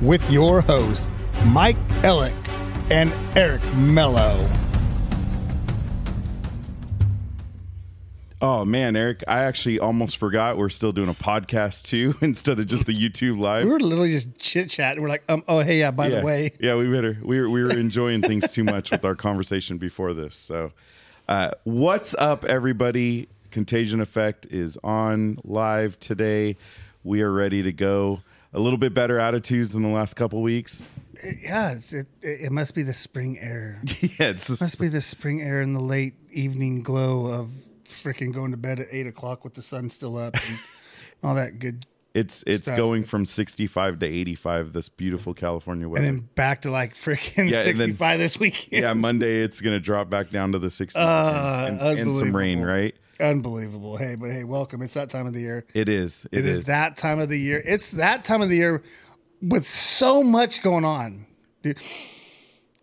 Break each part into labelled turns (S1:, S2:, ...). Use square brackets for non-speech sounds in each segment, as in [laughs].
S1: with your hosts, Mike Ellick and Eric Mello.
S2: Oh man, Eric, I actually almost forgot we're still doing a podcast too [laughs] instead of just the YouTube live.
S1: We were literally just chit chatting. We're like, um, oh hey, yeah, by
S2: yeah.
S1: the way, [laughs]
S2: Yeah, we better. We were, we were enjoying things too much with our conversation before this. So, uh, what's up, everybody? Contagion Effect is on live today. We are ready to go. A little bit better attitudes than the last couple weeks. [laughs]
S1: yeah, it's, it, it must be the spring air.
S2: yeah, it's just,
S1: must be the spring air and the late evening glow of freaking going to bed at eight o'clock with the sun still up and [laughs] all that good.
S2: it's it's
S1: stuff.
S2: going from sixty five to eighty five. This beautiful California weather.
S1: And then back to like freaking
S2: Yeah, and then-
S1: 65 this weekend.
S2: [laughs] yeah, Monday it's gonna drop back down to the sixties
S1: Uh,
S2: and, and some rain,
S1: unbelievable.
S2: right?
S1: Unbelievable. Hey, but hey, welcome. It's that time of the year.
S2: It is.
S1: It is. that time of the year. It's that time of the year with so much going on. Dude,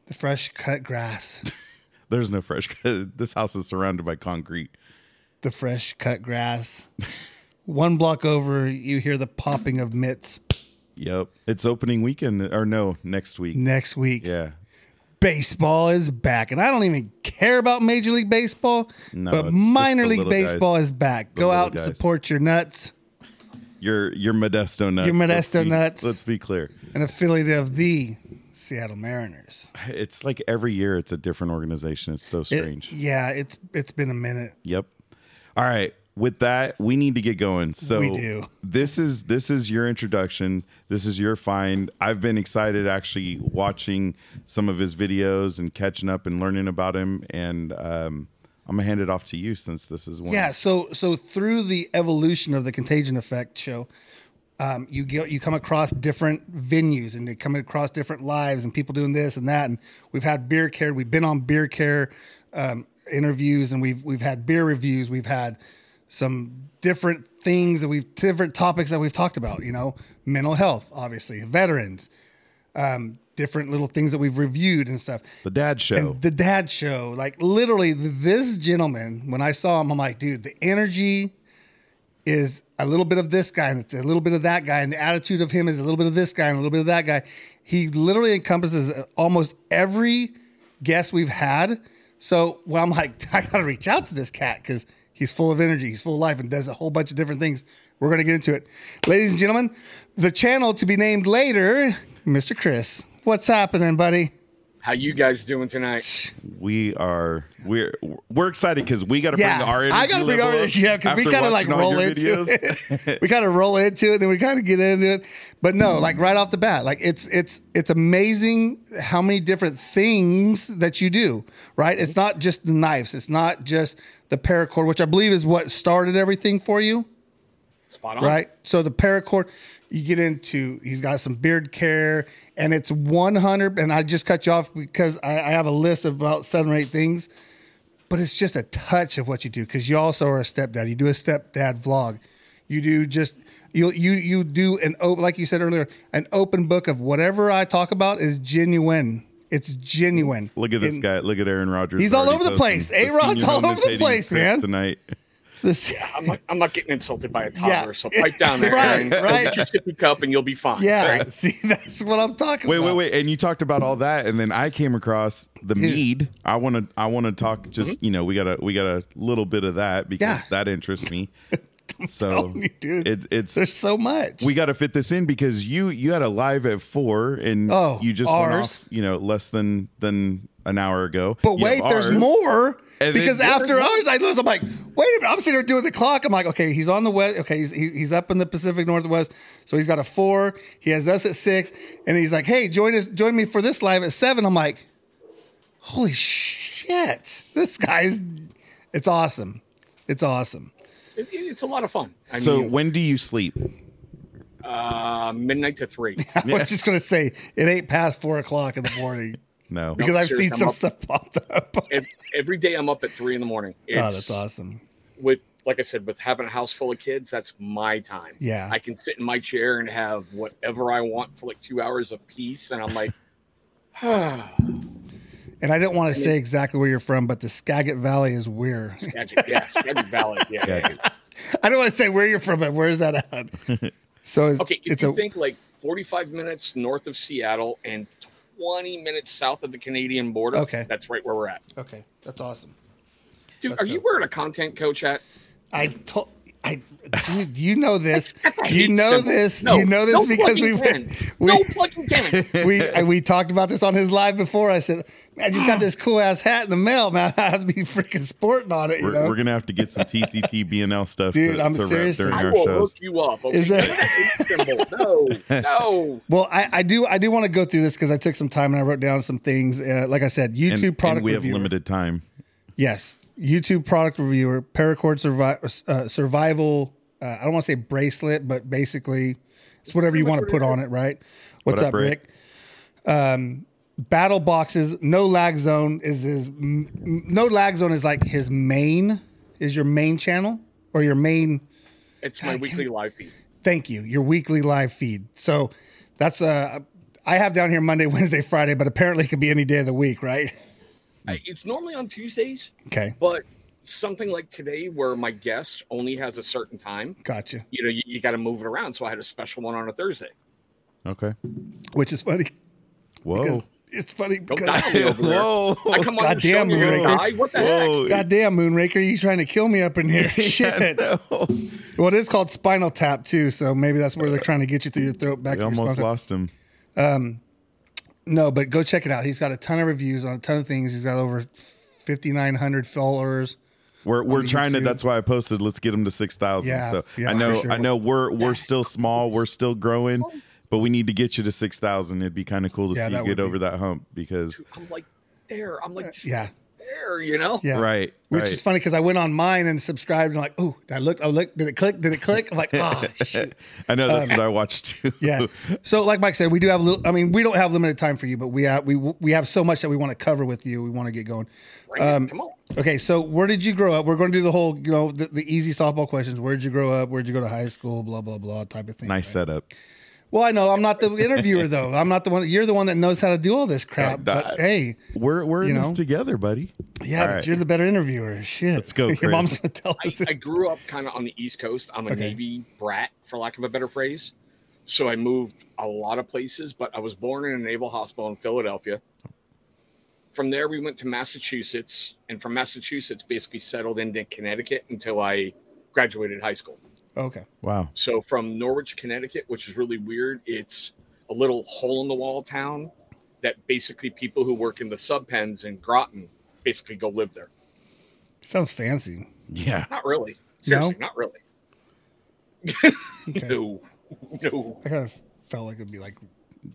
S1: the fresh cut grass,
S2: There's no fresh. [laughs] this house is surrounded by concrete.
S1: the fresh cut grass. One block over, you hear the popping of mitts
S2: Yep. It's opening weekend or no, next week.
S1: next week.
S2: Yeah.
S1: Baseball is back, and I don't even care about Major League Baseball,
S2: No, it's
S1: but
S2: just
S1: minor
S2: the
S1: league
S2: little guys.
S1: baseball is back. Go
S2: little
S1: out and
S2: guys.
S1: support your nuts,
S2: Your your Modesto nuts.
S1: Your Modesto
S2: Let's be-
S1: nuts.
S2: Let's be clear.
S1: an affiliate of the Seattle Mariners.
S2: It's like every year it's a different organization. It's so
S1: It-
S2: strange.
S1: yeah, it's it's been a minute.
S2: Yep. All right. With that, we need to get going. So
S1: We do. [laughs]
S2: this is this is your introduction. This is your find. I've been excited actually watching some of his videos and catching up and learning about him. And um, I'm gonna hand it off to you since this is one.
S1: Yeah. So so through the evolution of the Contagion Effect show, um, you get you come across different venues and you come across different lives and people doing this and that. And we've had beer care. We've been on beer care um, interviews and we've we've had beer reviews. We've had some different things that we've different topics that we've talked about. You know, mental health, obviously, veterans. Um, different little things that we've reviewed and stuff
S2: The Dad Show.
S1: the dad show like literally this gentleman when i saw him i'm like dude the energy is a little bit of this guy and it's a little bit of that guy and the attitude of him is a little bit of this guy and a little bit of that guy he literally encompasses uh, almost every guest we've had so well i'm like [laughs] i gotta reach out to this cat because he's full of energy he's full of life and does a whole bunch of different things we're gonna get into it ladies and gentlemen the channel to be named later mr chris what's happening buddy
S3: How you guys doing tonight?
S2: we are we're we're excited because we got to
S1: Yeah,
S2: bring our energy.
S1: I gotta bring our
S2: level up
S1: energy up because we
S2: after
S1: kind of like
S2: watching all
S1: roll
S2: your
S1: into
S2: videos. [laughs]
S1: it. we kind of roll into it, then we kind of get into it. But no, like right off the bat, like it's it's it's amazing how many different things that you do. Right?
S2: Mm-hmm.
S1: It's not just the knives. It's not just the paracord, which I believe is what started everything for you
S3: Spot on.
S1: right? So the paracord, you get into. He's got some beard care, and it's one hundred. And I just cut you off because I, I have a list of about seven or eight things, but it's just a touch of what you do because you also are a stepdad. You do a stepdad vlog. You do just you you you do an o- like you said earlier an open book of whatever I talk about is genuine. It's genuine.
S2: Look at this
S1: And
S2: guy. Look at Aaron Rodgers.
S1: He's all
S2: already
S1: over the
S2: posting
S1: place.
S2: the
S1: A-Rod's
S2: senior
S1: all over the
S2: commentating
S1: place,
S2: clip
S1: man.
S2: Tonight,
S1: This,
S3: I'm not, I'm not getting insulted by a toddler,
S1: Yeah.
S3: so pipe
S1: [laughs]
S3: down there.
S1: Right,
S3: Aaron. Go
S1: right.
S3: Get your sippy cup and you'll be fine.
S1: yeah, [laughs]
S3: Right?
S1: see, that's what I'm talking
S2: wait,
S1: about.
S2: wait, wait. And you talked about all that, and then I came across the mead. I want to, I want to talk. Just you know, we got a, we got a little bit of that because
S1: Mm-hmm. Yeah.
S2: that
S1: [laughs]
S2: interests me. so
S1: telling you, dude.
S2: it, it's
S1: There's so much.
S2: we got to fit this in because you you had a live at four and
S1: Oh,
S2: you just went
S1: ours.
S2: off, you know less than than an hour ago.
S1: But
S2: You
S1: wait,
S2: have
S1: there's
S2: ours.
S1: more
S2: And then
S1: because
S2: yours-
S1: after ours, I lose. I'm like, wait a minute. I'm sitting here doing the clock. I'm like, okay, he's on the west. Okay, he's he's he's up in the Pacific Northwest, so he's got a four. He has us at six, and he's like, hey, join us, join me for this live at seven. I'm like, holy shit, this guy's, it's awesome, it's awesome. [laughs]
S3: It- it- it's a lot of fun. I
S2: So
S3: mean,
S2: when do you sleep?
S3: uh, midnight
S1: [laughs]
S3: to three.
S1: I was just gonna say it ain't past four o'clock in the morning
S2: [laughs] No.
S1: because I've seen
S3: serious, I'm
S1: some
S3: up.
S1: stuff popped up. [laughs] oh,
S3: Ev- Every day I'm up at three in the morning. It's,
S1: that's awesome.
S3: With like I said, with having a house full of kids, that's my time.
S1: Yeah.
S3: I can sit in my chair and have whatever I want for like two hours a piece, and I'm like,
S1: And I didn't want to say exactly where you're from, but the Skagit Valley is where.
S3: Skagit, yeah, Skagit Valley, yeah, yeah, yeah.
S2: [laughs]
S1: I don't want to say where you're from, but where is that at? So it's,
S3: Okay, if
S1: it's
S3: you
S1: a
S3: think like 45 minutes north of Seattle and 20 minutes south of the Canadian border.
S1: Okay.
S3: That's right where we're at.
S1: Okay, that's awesome.
S3: Dude,
S1: That's
S3: are you
S1: dope.
S3: wearing a content coach hat?
S1: I told. I, dude, you know
S3: [laughs]
S1: this. You
S3: hate
S1: know
S3: symbols.
S1: this.
S3: No,
S1: you know this
S3: no
S1: because we
S3: fucking
S1: went.
S3: can.
S1: We,
S3: no fucking can.
S1: [laughs] we and we talked about this on his live before. I said, "Man, I just
S3: [gasps]
S1: got this cool ass hat in the mail, man. [laughs] I'd be freaking sporting on it, you
S2: We're,
S1: know.
S2: we're gonna have to get
S1: [laughs]
S2: some TCT BNL stuff.
S1: Dude,
S2: to,
S1: I'm
S2: to wrap
S1: seriously-
S2: during
S3: I
S2: our
S3: will
S2: shows.
S3: hook you up. Okay?
S1: Is there-
S3: That's a symbol.
S1: [laughs]
S3: No, no.
S1: well, I, I do I do want to go through this because I took some time and I wrote down some things. Uh, like I said,
S2: And,
S1: YouTube product
S2: and we have
S1: reviewer.
S2: limited time.
S1: Yes, YouTube product reviewer, paracord survi- uh, survival. Uh, I don't want to say bracelet, but basically, it's whatever you
S3: pretty
S1: want to
S3: much
S1: put
S3: what it
S1: on it, right? What's
S2: up,
S1: up,
S2: Rick?
S1: Rick? Um, battle boxes, no lag zone is his. m- m- No lag zone is like his main. Is your main channel or your main?
S3: It's my weekly live feed.
S1: Thank you. Your weekly live feed. So that's uh, I have down here Monday, [laughs] Wednesday, Friday, but apparently it could be any day of the week, right? [laughs]
S3: I, it's normally on Tuesdays,
S1: Okay,
S3: but something like today where my guest only has a certain time,
S1: gotcha.
S3: you know, you, you got to move it around. So I had a special one on a Thursday.
S2: Okay.
S1: Which is funny.
S2: Whoa.
S1: because It's funny
S3: Oh. Don't
S1: because
S3: die on me over there.
S2: Whoa.
S3: I come on your show
S1: Goddamn,
S3: and you're
S1: Rick.
S3: gonna die. What the heck?
S2: Whoa.
S1: Goddamn, Moonraker, you trying to kill me up in here?
S2: [laughs]
S1: [laughs]
S2: Yeah,
S1: Shit.
S2: no.
S1: Well, it is called Spinal Tap too, so maybe that's where they're trying to get you through your throat back.
S2: Uh, We
S1: to your
S2: almost
S1: sponsor.
S2: lost him.
S1: No, but go check it out. He's got a ton of reviews on a ton of things. He's got over fifty nine hundred followers.
S2: We're we're trying to.
S1: YouTube.
S2: That's why I posted. Let's get them to six thousand.
S1: Yeah,
S2: so
S1: yeah,
S2: I know
S1: for sure.
S2: I know we're we're still small. We're still growing, but we need to get you to six thousand. It'd be kind of cool to
S1: Yeah,
S2: see
S1: that
S2: you
S1: would
S2: get
S1: be-
S2: over that hump because
S3: I'm like there. I'm like just
S1: Yeah,
S3: there. You know.
S1: yeah,
S2: right,
S1: Which
S2: right.
S1: is funny because I went on mine and subscribed and like, oh, I looked, I looked, did it click? Did it click? I'm like,
S2: [laughs]
S1: ah, shoot.
S2: Eh, I know that's what I watched too.
S1: um, Yeah. So, like Mike said, we do have a little. I mean, we don't have limited time for you, but we have, we we have so much that we want to cover with you. We want to get going.
S3: Bring it.
S1: um,
S3: Come
S1: [laughs]
S3: on.
S1: Okay, so where did you grow up? We're going to do the whole, you know, the, the easy softball questions. Where did you grow up? Where did you go to high school? Blah blah blah type of thing.
S2: [laughs] nice setup.
S1: Well, I know I'm not the interviewer though. I'm not the one. You're the one that knows how to do all this crap.
S2: Yeah,
S1: But
S2: that-
S1: hey,
S2: We're we're in
S1: You know?
S2: this together, buddy.
S1: yeah,
S2: All
S1: but
S2: right.
S1: you're the better interviewer. Shit,
S2: Let's
S1: [laughs]
S2: go,
S1: Your
S2: Chris.
S1: mom's gonna tell
S3: I,
S1: us. it.
S3: I grew up kind of on the East Coast. I'm a
S1: Okay.
S3: Navy brat, for lack of a better phrase. So I moved a lot of places, but I was born in a naval hospital in Philadelphia. From there, we went to Massachusetts, and from Massachusetts, basically settled into Connecticut until I graduated high school.
S1: Okay,
S2: Wow.
S3: So from Norwich, Connecticut, which is really weird, it's a little hole in the wall town that basically people who work in the sub pens in Groton basically go live there.
S1: sounds fancy.
S2: Yeah.
S3: Not really. Seriously, not really.
S1: Okay.
S3: [laughs] No, no.
S1: I kind of felt like it'd be like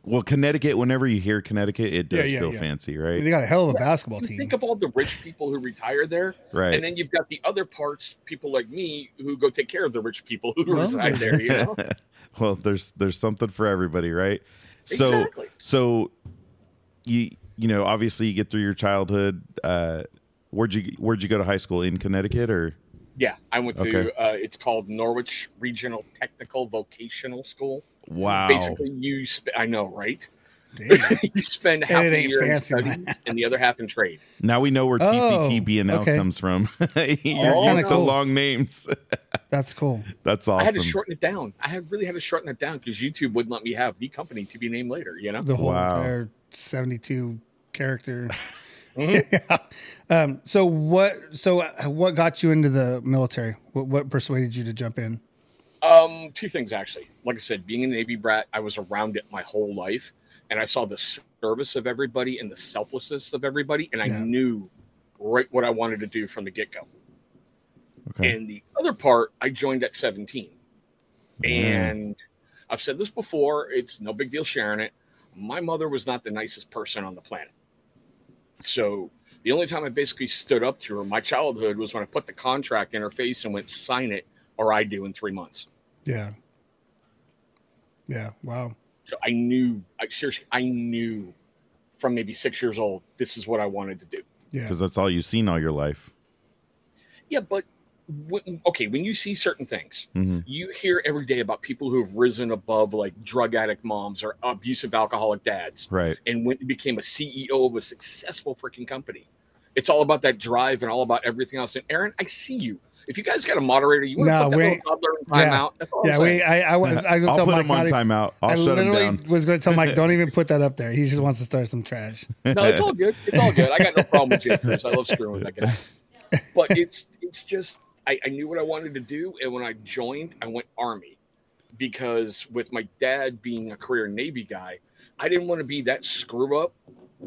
S2: Well, Connecticut. Whenever you hear Connecticut, it does
S1: Yeah, yeah,
S2: feel
S1: yeah.
S2: fancy,
S1: I mean,
S2: right?
S1: they got a hell of a basketball
S3: You
S1: team.
S3: think of all the rich people who retire there,
S2: Right.
S3: and then you've got the other parts, people like me, who go take care of the rich people who
S1: Well,
S3: reside there.
S1: [laughs]
S3: You know,
S2: [laughs] well, there's there's something for everybody, right? So
S3: Exactly.
S2: so you you know obviously you get through your childhood. Uh, where'd you where'd you go to high school in Connecticut or
S3: yeah. I went to
S2: Okay.
S3: uh, it's called Norwich Regional Technical Vocational School.
S2: wow?
S3: Basically, you sp- I know,
S2: [laughs]
S3: right? [laughs]
S1: Damn.
S3: you spend half
S1: it
S3: the
S1: ain't
S3: year in
S1: fancy,
S3: studies
S1: man.
S3: and the other half in trade.
S2: Now we know where
S1: Oh,
S2: TCT B and L
S1: okay. Oh.
S2: comes from. [laughs] You're
S1: kinda
S2: used to
S1: cool.
S2: long names. [laughs]
S1: That's cool.
S2: That's awesome.
S3: Oh. I had to shorten it down. I had really had to shorten it down because YouTube wouldn't let me have the company to be named later. You know,
S1: the whole
S2: Wow.
S1: entire 72
S2: [laughs]
S1: character yeah. [laughs] um, so what so uh, what got you into the military what, what persuaded you to jump in
S3: Um, two things actually. Like I said, being a Navy brat, I was around it my whole life, and I saw the service of everybody and the selflessness of everybody, and I
S1: Yeah.
S3: knew right what I wanted to do from the get go.
S2: Okay.
S3: And the other part, I joined at 17,
S2: Mm.
S3: and I've said this before. It's no big deal sharing it. My mother was not the nicest person on the planet, so. The only time I basically stood up to her in my childhood was when I put the contract in her face and went sign it or I do in three months.
S1: yeah yeah wow
S3: So I knew, I seriously, I knew from maybe six years old, this is what I wanted to do.
S1: yeah
S2: Because that's all you've seen all your life.
S3: Yeah, but when, okay, when you see certain things,
S2: hmm
S3: you hear every day about people who have risen above like drug addict moms or abusive alcoholic dads
S2: Right.
S3: and went and became a CEO of a successful freaking company. It's all about that drive and all about everything else. And Aaron, I see you. If you guys got a moderator, you want to
S1: No,
S3: put that
S1: we-
S3: little toddler in
S1: yeah,
S3: timeout. That's all I'm
S1: yeah.
S3: saying.
S1: We, I, I
S2: [laughs]
S1: was, I was
S2: I'll
S1: tell
S2: put
S1: Mike
S2: him on
S1: not even-
S2: timeout. I'll
S1: I
S2: shut him
S1: literally
S2: down.
S1: was going to tell Mike, don't
S2: [laughs]
S1: even put that up there. He just wants to start some trash.
S3: no, it's all good. It's all good. I got no problem with Jim Cruz. I love screwing with that guy. But it's it's just I, I knew what I wanted to do, and when I joined, I went army because with my dad being a career Navy guy, I didn't want to be that screw up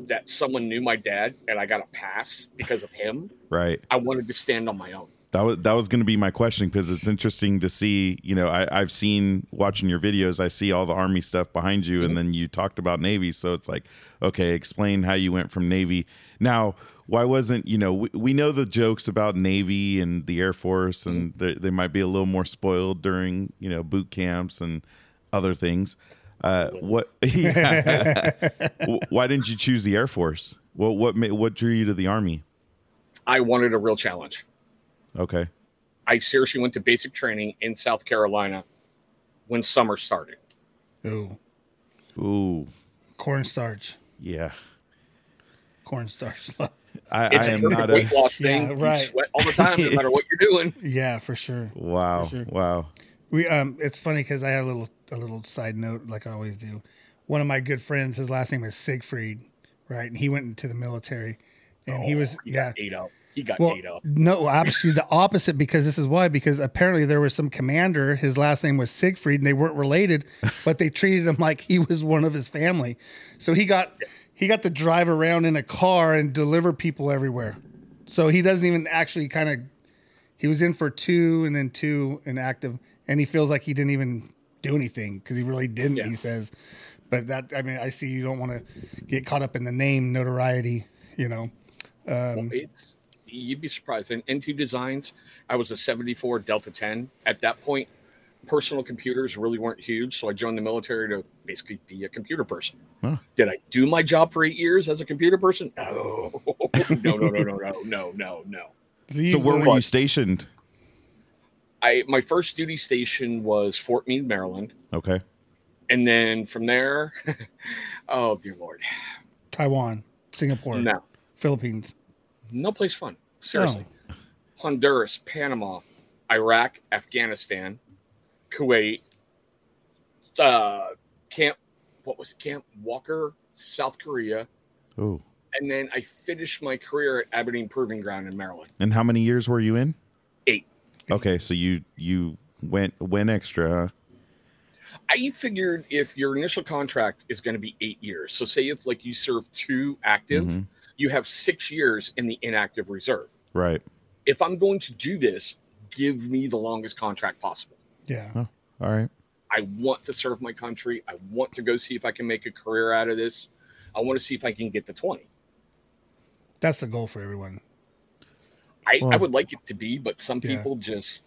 S3: that someone knew my dad and I got a pass because of him.
S2: Right.
S3: I wanted to stand on my own.
S2: That was that was going to be my question because it's interesting to see. You know, I, I've seen watching your videos. I see all the army stuff behind you, and then you talked about navy. So it's like, okay, explain how you went from navy. Now, why wasn't you know we, we know the jokes about navy and the air force, and they, they might be a little more spoiled during you know boot camps and other things. Uh, what? [laughs] yeah. W- why didn't you choose the air force? What what ma- what drew you to the army?
S3: I wanted a real challenge.
S2: Okay,
S3: I seriously went to basic training in South Carolina when summer started.
S1: Ooh,
S2: ooh,
S1: cornstarch,
S2: yeah.
S1: cornstarch. [laughs]
S2: I,
S3: It's
S2: I am
S3: a
S2: not
S3: perfect
S2: a
S3: weight loss
S1: Yeah,
S3: thing.
S1: right.
S3: You sweat all the time, no matter what you're doing.
S1: yeah, for sure.
S2: wow,
S1: For sure.
S2: wow.
S1: We um, it's funny because I had a little a little side note, like I always do. One of my good friends, his last name is Siegfried, right? And he went into the military, and he was yeah.
S3: Ate up. He got
S1: Well,
S3: ate up.
S1: no, actually the opposite because this is why because apparently there was some commander, his last name was Siegfried, and they weren't
S2: [laughs]
S1: related, but they treated him like he was one of his family. So he got he got to drive around in a car and deliver people everywhere. So he doesn't even actually kind of he was in for two and then two and active, and he feels like he didn't even do anything because he really didn't.
S3: Yeah.
S1: He says, but that I mean I see you don't want to get caught up in the name notoriety, you know. Um,
S3: It's you'd be surprised. In NT Designs, I was a 74 Delta 10. At that point, personal computers really weren't huge, so I joined the military to basically be a computer person.
S2: Huh.
S3: Did I do my job for eight years as a computer person? No, [laughs] no, no, no, no, no, no, no, no.
S1: you
S2: So where
S1: go-
S2: were you stationed?
S3: I my first duty station was Fort Meade, Maryland,
S2: Okay,
S3: and then from there, [laughs] oh dear lord,
S1: Taiwan, Singapore,
S3: no,
S1: Philippines.
S3: no place fun. Seriously, Honduras, Panama, Iraq, Afghanistan, Kuwait, uh, Camp, what was it? Camp Walker, South Korea.
S2: ooh.
S3: And then I finished my career at Aberdeen Proving Ground in Maryland.
S2: And how many years were you in?
S3: Eight.
S2: Okay, so you you went went extra. Huh?
S3: I figured if your initial contract is going to be eight years, so say if like you serve two active,
S2: Mhm.
S3: you have six years in the inactive reserve.
S2: Right.
S3: If I'm going to do this, give me the longest contract possible.
S1: Yeah.
S2: All right.
S3: I want to serve my country. I want to go see if I can make a career out of this. I want to see if I can get to 20.
S1: That's the goal for everyone.
S3: I, I
S2: Well-
S3: would like it to be, but some
S1: Yeah.
S3: people just,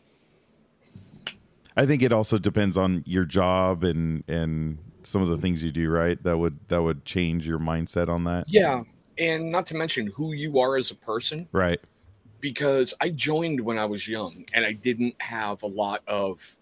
S2: I think it also depends on your job and and some of the things you do. Right. That would that would change your mindset on that.
S3: yeah. And not to mention who you are as a person,
S2: Right.
S3: because I joined when I was young and I didn't have a lot of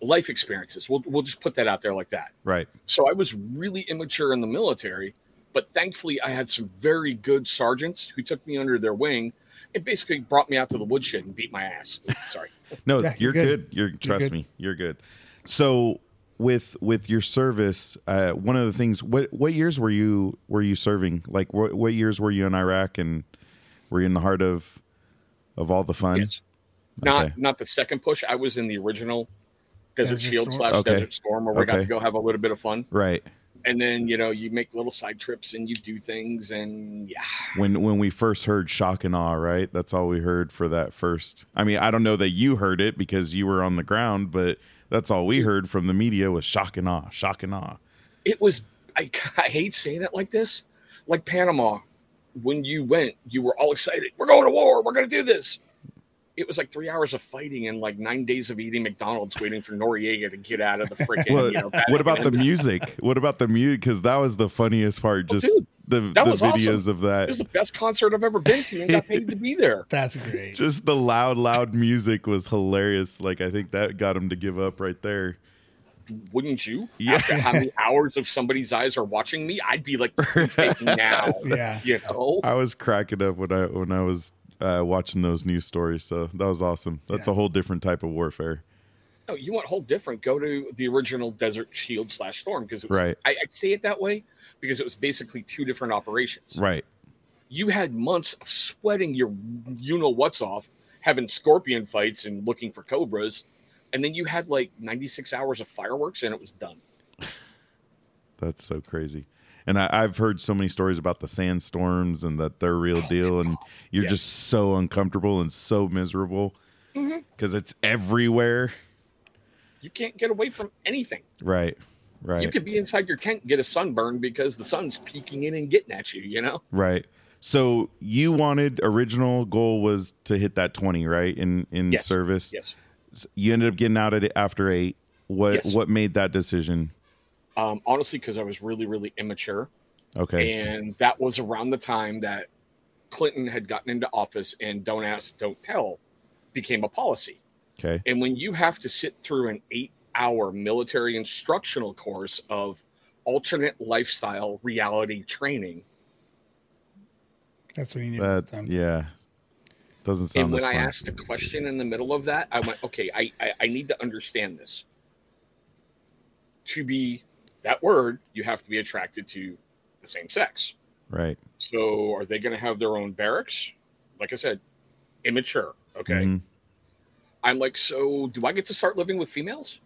S3: life experiences. We'll, we'll just put that out there like that.
S2: Right.
S3: So I was really immature in the military, but thankfully I had some very good sergeants who took me under their wing and basically brought me out to the woodshed and beat my ass. Sorry.
S2: No,
S1: Yeah,
S2: you're
S1: you're
S2: good.
S1: good.
S2: You're trust
S1: good.
S2: me, you're good. So with with your service, uh, one of the things what what years were you were you serving? Like what what years were you in Iraq and were you in the heart of of all the fun?
S3: Yes. Not
S2: Okay.
S3: not the second push. I was in the original Desert
S1: Desert
S3: Shield
S1: Storm.
S3: slash
S2: Okay.
S3: Desert Storm where we got
S2: Okay.
S3: to go have a little bit of fun.
S2: Right.
S3: And then, you know, you make little side trips and you do things and yeah.
S2: When when we first heard shock and awe, right? That's all we heard for that first. I mean, I don't know that you heard it because you were on the ground, but that's all we heard from the media was shock and awe, shock and awe.
S3: It was I, [laughs] I hate saying it like this. Like Panama, when you went, you were all excited. We're going to war, we're gonna do this. It was like three hours of fighting and like nine days of eating McDonald's waiting for Noriega to get out
S2: [laughs]
S3: of the freaking
S2: Well,
S3: you know,
S2: what about
S3: [laughs] Vatican.
S2: the music? What about the music? Because that was the funniest part.
S3: Oh,
S2: Just
S3: dude,
S2: the,
S3: that
S2: the
S3: was awesome.
S2: videos of
S3: it was
S2: that.
S3: the best concert I've ever been to and got paid to be there.
S1: That's great.
S2: Just the loud, loud music was hilarious. Like I think that got him to give up right there.
S3: wouldn't you?
S2: Yeah.
S3: After how many hours of somebody's eyes are
S2: [laughs]
S3: watching me, I'd be like, please take me now.
S1: yeah.
S3: You know?
S2: I was cracking up when I when I was uh, watching those news stories. So that was awesome. That's a whole different type of warfare.
S3: No, you want whole different. Go to the original Desert Shield slash Storm because it was-
S2: Right.
S3: I, I say it that way because it was basically two different operations.
S2: Right.
S3: You had months of sweating your you know what's off, having scorpion fights and looking for cobras, and then you had like 96 hours of fireworks and it was done.
S2: That's so crazy. And I, I've heard so many stories about the sandstorms and that they're
S3: [laughs]
S2: real deal, and you're
S3: Yes.
S2: just so uncomfortable and so miserable
S3: Mm-hmm.
S2: because it's everywhere.
S3: You can't get away from anything.
S2: Right. Right.
S3: You could be inside your tent and get a sunburn because the sun's peeking in and getting at you, you know?
S2: Right. So you wanted original goal was to hit that 20, right? In in
S3: Yes.
S2: service.
S3: Yes.
S2: S- You ended up getting out at it after 8. What
S3: Yes.
S2: what made that decision?
S3: Um, honestly, because I was really, really immature.
S2: Okay. so-
S3: And that was around the time that Clinton had gotten into office and don't ask, don't tell became a policy.
S2: okay.
S3: And when you have to sit through an eight hour military instructional course of alternate lifestyle reality training,
S1: That's what you need.
S2: That
S1: this time.
S2: yeah. Doesn't sound
S3: and when
S2: as
S3: I
S2: fun.
S3: asked a question in the middle of that, I went, okay, I, I, I need to understand this. To be that word, you have to be attracted to the same sex.
S2: Right.
S3: So are they going to have their own barracks? Like I said, immature. Okay.
S2: Mhm.
S3: I'm like, so do I get to start living with females?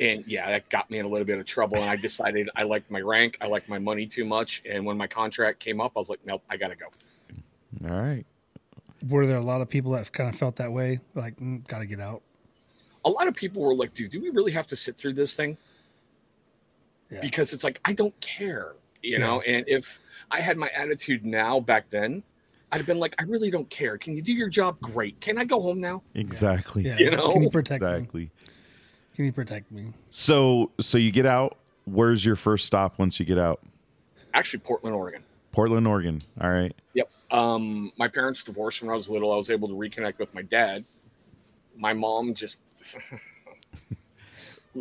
S3: And yeah, that got me in a little bit of trouble. And I decided I liked my rank, I liked my money too much. And when my contract came up, I was like, nope, I got to go.
S2: Mm-hmm. All right.
S1: Were there a lot of people that kind of felt that way? Like, mm, gotta get out.
S3: a lot of people were like, dude, do we really have to sit through this thing?
S1: Yeah.
S3: Because it's like, I don't care, you know? And if I had my attitude now back then, I'd have been like, I really don't care. Can you do your job? Great. Can I go home now?
S2: Exactly.
S1: Yeah.
S3: You know?
S1: Can you protect me?
S2: Exactly.
S1: Can you protect me?
S2: So so you get out. Where's your first stop once you get out?
S3: Actually, Portland, Oregon.
S2: Portland, Oregon. All right.
S3: Yep. Um, my parents divorced when I was little. I was able to reconnect with my dad. My mom just, [laughs]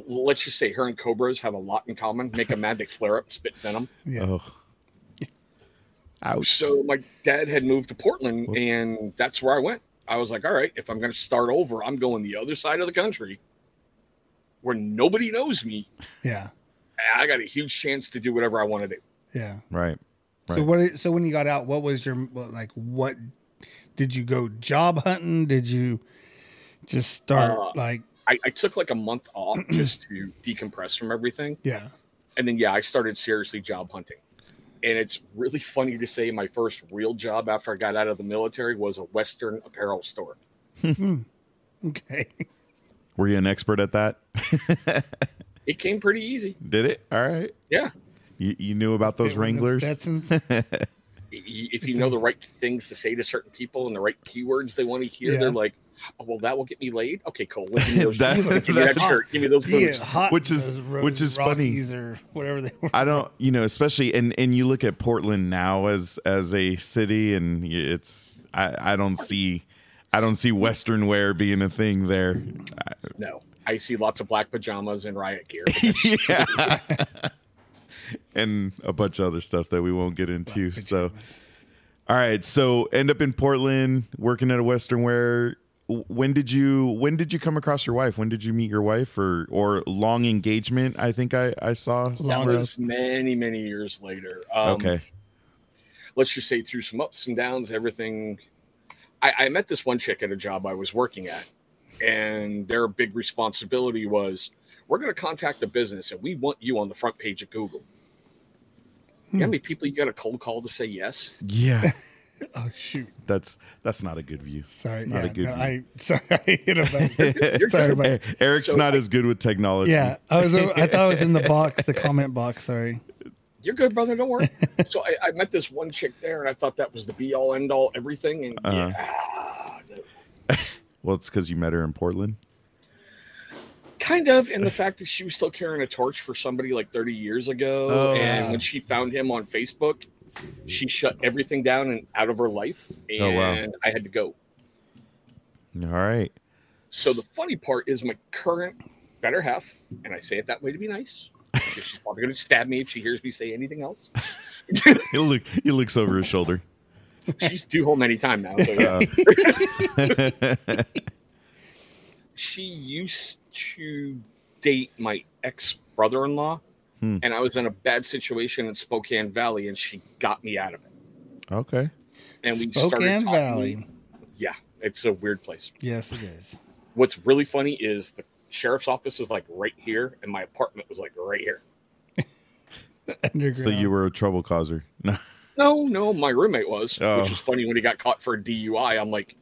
S3: let's just say her and Cobras have a lot in common. Make them mad, they flare up, spit venom.
S1: Yeah.
S2: Oh.
S1: [laughs]
S2: Ouch.
S3: So my dad had moved to Portland, and that's where I went. I was like, all right, if I'm going to start over, I'm going the other side of the country where nobody knows me.
S1: Yeah.
S3: and I got a huge chance to do whatever I want to do.
S1: Yeah.
S2: Right.
S1: So
S2: Right.
S1: what? i- So when you got out, what was your what- like? What did you go job hunting? Did you just start
S3: Uh,
S1: like?
S3: I, I took like a month off just to decompress from everything.
S1: Yeah. [laughs]
S3: And then, yeah, I started seriously job hunting. And it's really funny to say my first real job after I got out of the military was a Western apparel store.
S1: Okay.
S2: Were you an expert at that? [laughs]
S3: It came pretty easy.
S2: Did it? All right.
S3: Yeah.
S2: You, you knew about
S1: Okay,
S2: those
S1: one of them
S2: Wranglers?
S1: Stetsons.
S3: y- y- if you know the right things to say to certain people and the right keywords they want to hear,
S1: Yeah.
S3: they're like, oh, "Well, that will get me laid." Okay, Cole, let me those
S2: That-
S3: shoes. give me that
S2: that-
S3: shirt, give me those
S1: Yeah,
S3: boots.
S1: hot
S2: Which is-
S1: those Ro-
S2: which is funny.
S1: Rockies or whatever they were. [laughs]
S2: I don't, you know, especially and and you look at Portland now as as a city, and it's I I don't see I don't see Western wear being a thing there.
S3: No, I see lots of black pajamas and riot gear.
S2: yeah, and a bunch of other stuff that we won't get into. So, all right, so end up in Portland working at a Western wear. When did you when did you come across your wife? When did you meet your wife or or long engagement? I think I I saw
S1: Longer.
S3: That
S2: somewhere else.
S3: was many, many years later. Um,
S2: Okay,
S3: let's just say through some ups and downs, everything. I, I met this one chick at a job I was working at, and their big responsibility was we're going to contact a business and we want you on the front page of Google. You know how many people you got a cold call to say yes?
S2: yeah,
S1: Oh shoot!
S2: that's that's not a good view.
S1: Sorry.
S2: Not a
S1: yeah.
S2: good
S1: no,
S2: view. [laughs]
S1: I [laughs] sorry. I hit a button.
S3: You're
S1: sorry
S3: good.
S1: about.
S2: E-
S1: [laughs]
S2: Eric's
S3: So
S2: not as good with technology.
S1: Yeah. I was. I thought I was in the box, the comment box. Sorry.
S3: You're good, brother. Don't worry. so I, I met this one chick there, and I thought that was the be all end all everything. And yeah,
S2: [laughs] Well, it's because you met her in Portland.
S3: kind of in the fact that she was still carrying a torch for somebody like 30 years ago
S2: Oh,
S3: and
S1: yeah.
S3: when she found him on facebook she shut everything down and out of her life and
S2: Oh, wow.
S3: i had to go
S2: All right.
S3: so the funny part is my current better half and i say it that way to be nice because
S2: [laughs]
S3: she's probably going to stab me if she hears me say anything else
S1: [laughs]
S2: He look he looks over his shoulder.
S3: She's due home anytime now. So yeah.
S2: Uh,
S3: she used to date my ex brother in law,
S2: Hmm.
S3: and I was in a bad situation in Spokane Valley, and she got me out of
S2: [laughs]
S3: it.
S2: okay.
S3: And we
S1: Spokane
S3: started talking.
S1: Valley.
S3: Yeah, it's a weird place.
S1: Yes, it is.
S3: What's really funny is the sheriff's office is like right here, and my apartment was like right here.
S1: Underground.
S2: [laughs] So you were a trouble causer. [laughs] No.
S3: No, no, my roommate was,
S2: Oh.
S3: which is funny when he got caught for a DUI. I'm like,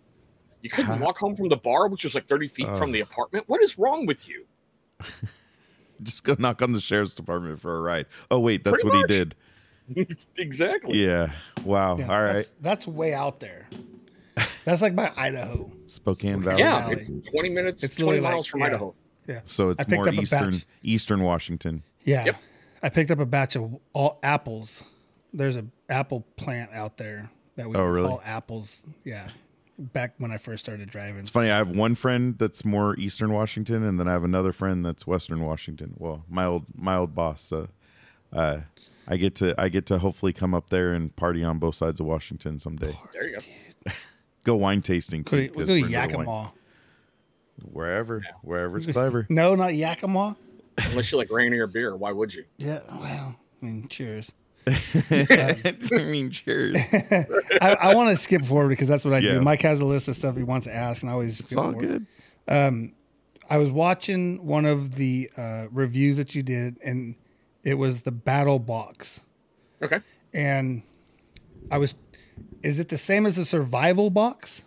S3: you couldn't
S2: Huh?
S3: walk home from the bar, which was like 30 feet
S2: Oh.
S3: from the apartment. What is wrong with you?
S2: Just go knock on the sheriff's department for a ride. Oh wait, that's
S3: Pretty
S2: what
S3: much.
S2: he did.
S3: exactly.
S2: Yeah. Wow.
S1: Yeah,
S2: All right.
S1: that's- That's way out there. That's like by Idaho.
S2: Spokane Valley.
S3: Yeah,
S1: Valley.
S3: it's 20 minutes,
S1: It's
S3: 20
S1: literally like-
S3: miles from
S1: yeah.
S3: Idaho.
S2: So
S1: I
S2: it's
S1: picked
S2: more
S1: up a
S2: eastern
S1: batch.
S2: eastern Washington.
S1: Yeah.
S3: Yep.
S1: I picked up a batch of all apples. There's a apple plant out there that we
S2: Oh, really?
S1: call apples. Yeah. Back when I first started driving.
S2: It's funny. I have one friend that's more Eastern Washington, and then I have another friend that's Western Washington. Well, my old my old boss. Uh, uh, I get to I get to hopefully come up there and party on both sides of Washington someday.
S3: There you go.
S2: Go wine tasting.
S1: Go
S2: Too,
S1: to- we
S2: 'cause
S1: go
S2: we're
S1: to
S2: into wine.
S1: Yakima.
S2: Wherever,
S1: [laughs]
S2: wherever's clever.
S1: No, not Yakima.
S3: Unless you like Rainier beer, why would you?
S1: Yeah. Well, I mean, cheers.
S2: [laughs] I mean,
S1: [laughs]
S2: cheers.
S1: I, I want to skip forward because that's what I
S2: Yeah.
S1: do. Mike has a list of stuff he wants to ask, and I always
S2: It's all good.
S1: I was watching one of the uh, reviews that you did, and it was the Battle Box,
S3: Okay.
S1: and I was, is it the same as the Survival Box?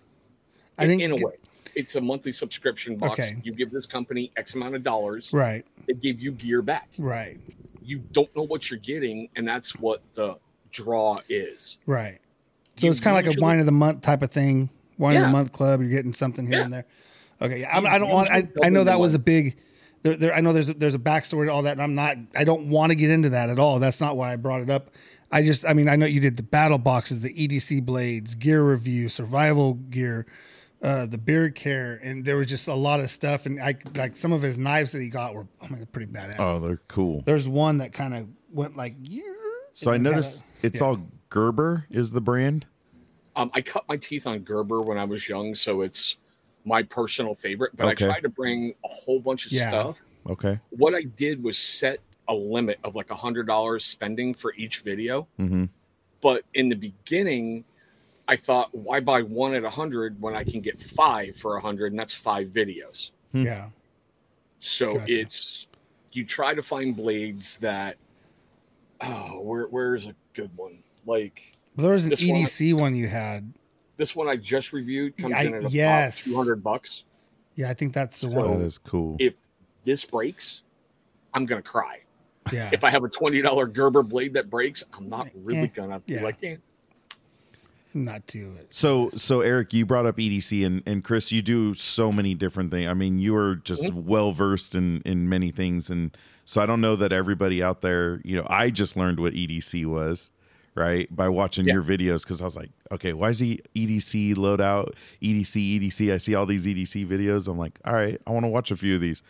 S1: I
S3: in,
S1: didn't
S3: a
S1: get-
S3: way. It's a monthly subscription box.
S1: Okay.
S3: You give this company X amount of dollars,
S1: Right,
S3: they give you gear back.
S1: right,
S3: You don't know what you're getting, and that's what the draw is.
S1: right. So
S3: You
S1: it's kind of like a
S3: usually-
S1: wine of the month type of thing, wine of
S3: Yeah.
S1: the month club. You're getting something here
S3: Yeah.
S1: and there. Okay, yeah, I'm,
S3: You
S1: I don't want. I,
S3: usually
S1: I know
S3: double
S1: that
S3: the
S1: was a
S3: month.
S1: big. There, there, I know there's a, there's a backstory to all that, and I'm not. I don't want to get into that at all. That's not why I brought it up. I just, I mean, I know you did the battle boxes, the EDC blades, gear review, survival gear, uh, the beard care, and there was just a lot of stuff. And I like some of his knives that he got were I mean, pretty badass.
S2: Oh, they're cool.
S1: There's one that kind of went like.
S2: So I noticed it's
S1: yeah.
S2: all Gerber is the brand.
S3: Um, I cut my teeth on Gerber when I was young, so it's my personal favorite, but
S2: Okay.
S3: I tried to bring a whole bunch of
S1: Yeah.
S3: stuff.
S2: Okay.
S3: What I did was set a limit of like a hundred dollars spending for each video.
S2: Mm-hmm.
S3: But in the beginning, I thought, why buy one at a hundred when I can get five for a hundred, and that's five videos.
S1: yeah,
S3: So
S1: Gotcha.
S3: it's you try to find blades that oh, where where's a good one? Like
S1: there was an
S3: This one-
S1: EDC one you had.
S3: this one I just reviewed comes
S1: I-
S3: in at about
S1: yes.
S3: two hundred bucks.
S1: Yeah, I think that's the
S3: So-
S1: one.
S2: That is cool.
S3: If this breaks, I'm gonna cry.
S1: Yeah.
S3: If I have a twenty dollar Gerber blade that breaks, I'm not really
S1: Eh,
S3: gonna be
S1: yeah.
S3: like, eh.
S1: not to it.
S2: So, so Eric, you brought up EDC, and and Chris, you do so many different things. I mean, you are just
S3: Mm-hmm.
S2: well versed in in many things, and so I don't know that everybody out there, you know, I just learned what EDC was, right, by watching
S3: Yeah.
S2: your videos because I was like, okay, why is E, he EDC loadout, E EDC, EDC? I see all these EDC videos. I'm like, all right, I want to watch a few of these.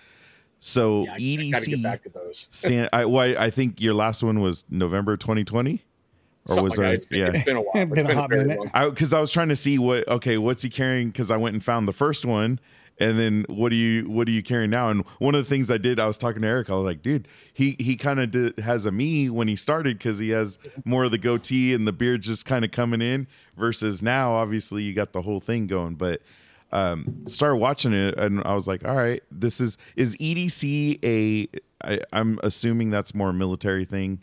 S2: So
S3: Yeah, I, I
S2: EDC
S3: gotta get back to those.
S2: stand. I, well, I I think your last one was November 2020, or
S3: Something
S2: was
S3: like
S2: there?
S3: that. It's been-
S2: yeah.
S1: [laughs]
S3: it's been a while.
S1: Been a
S3: It's been
S1: hot
S3: a very
S1: minute.
S3: long-
S2: I because I was trying to see what okay, what's he carrying? Because I went and found the first one, and then what do you what are you carrying now? And one of the things I did, I was talking to Eric. I was like, dude, he he kind of has a me when he started because he has more of the goatee and the beard just kind of coming in. Versus now, obviously, you got the whole thing going, but. Um, started watching it and I was like, all right, this is is EDC a I, I'm assuming that's more a military thing.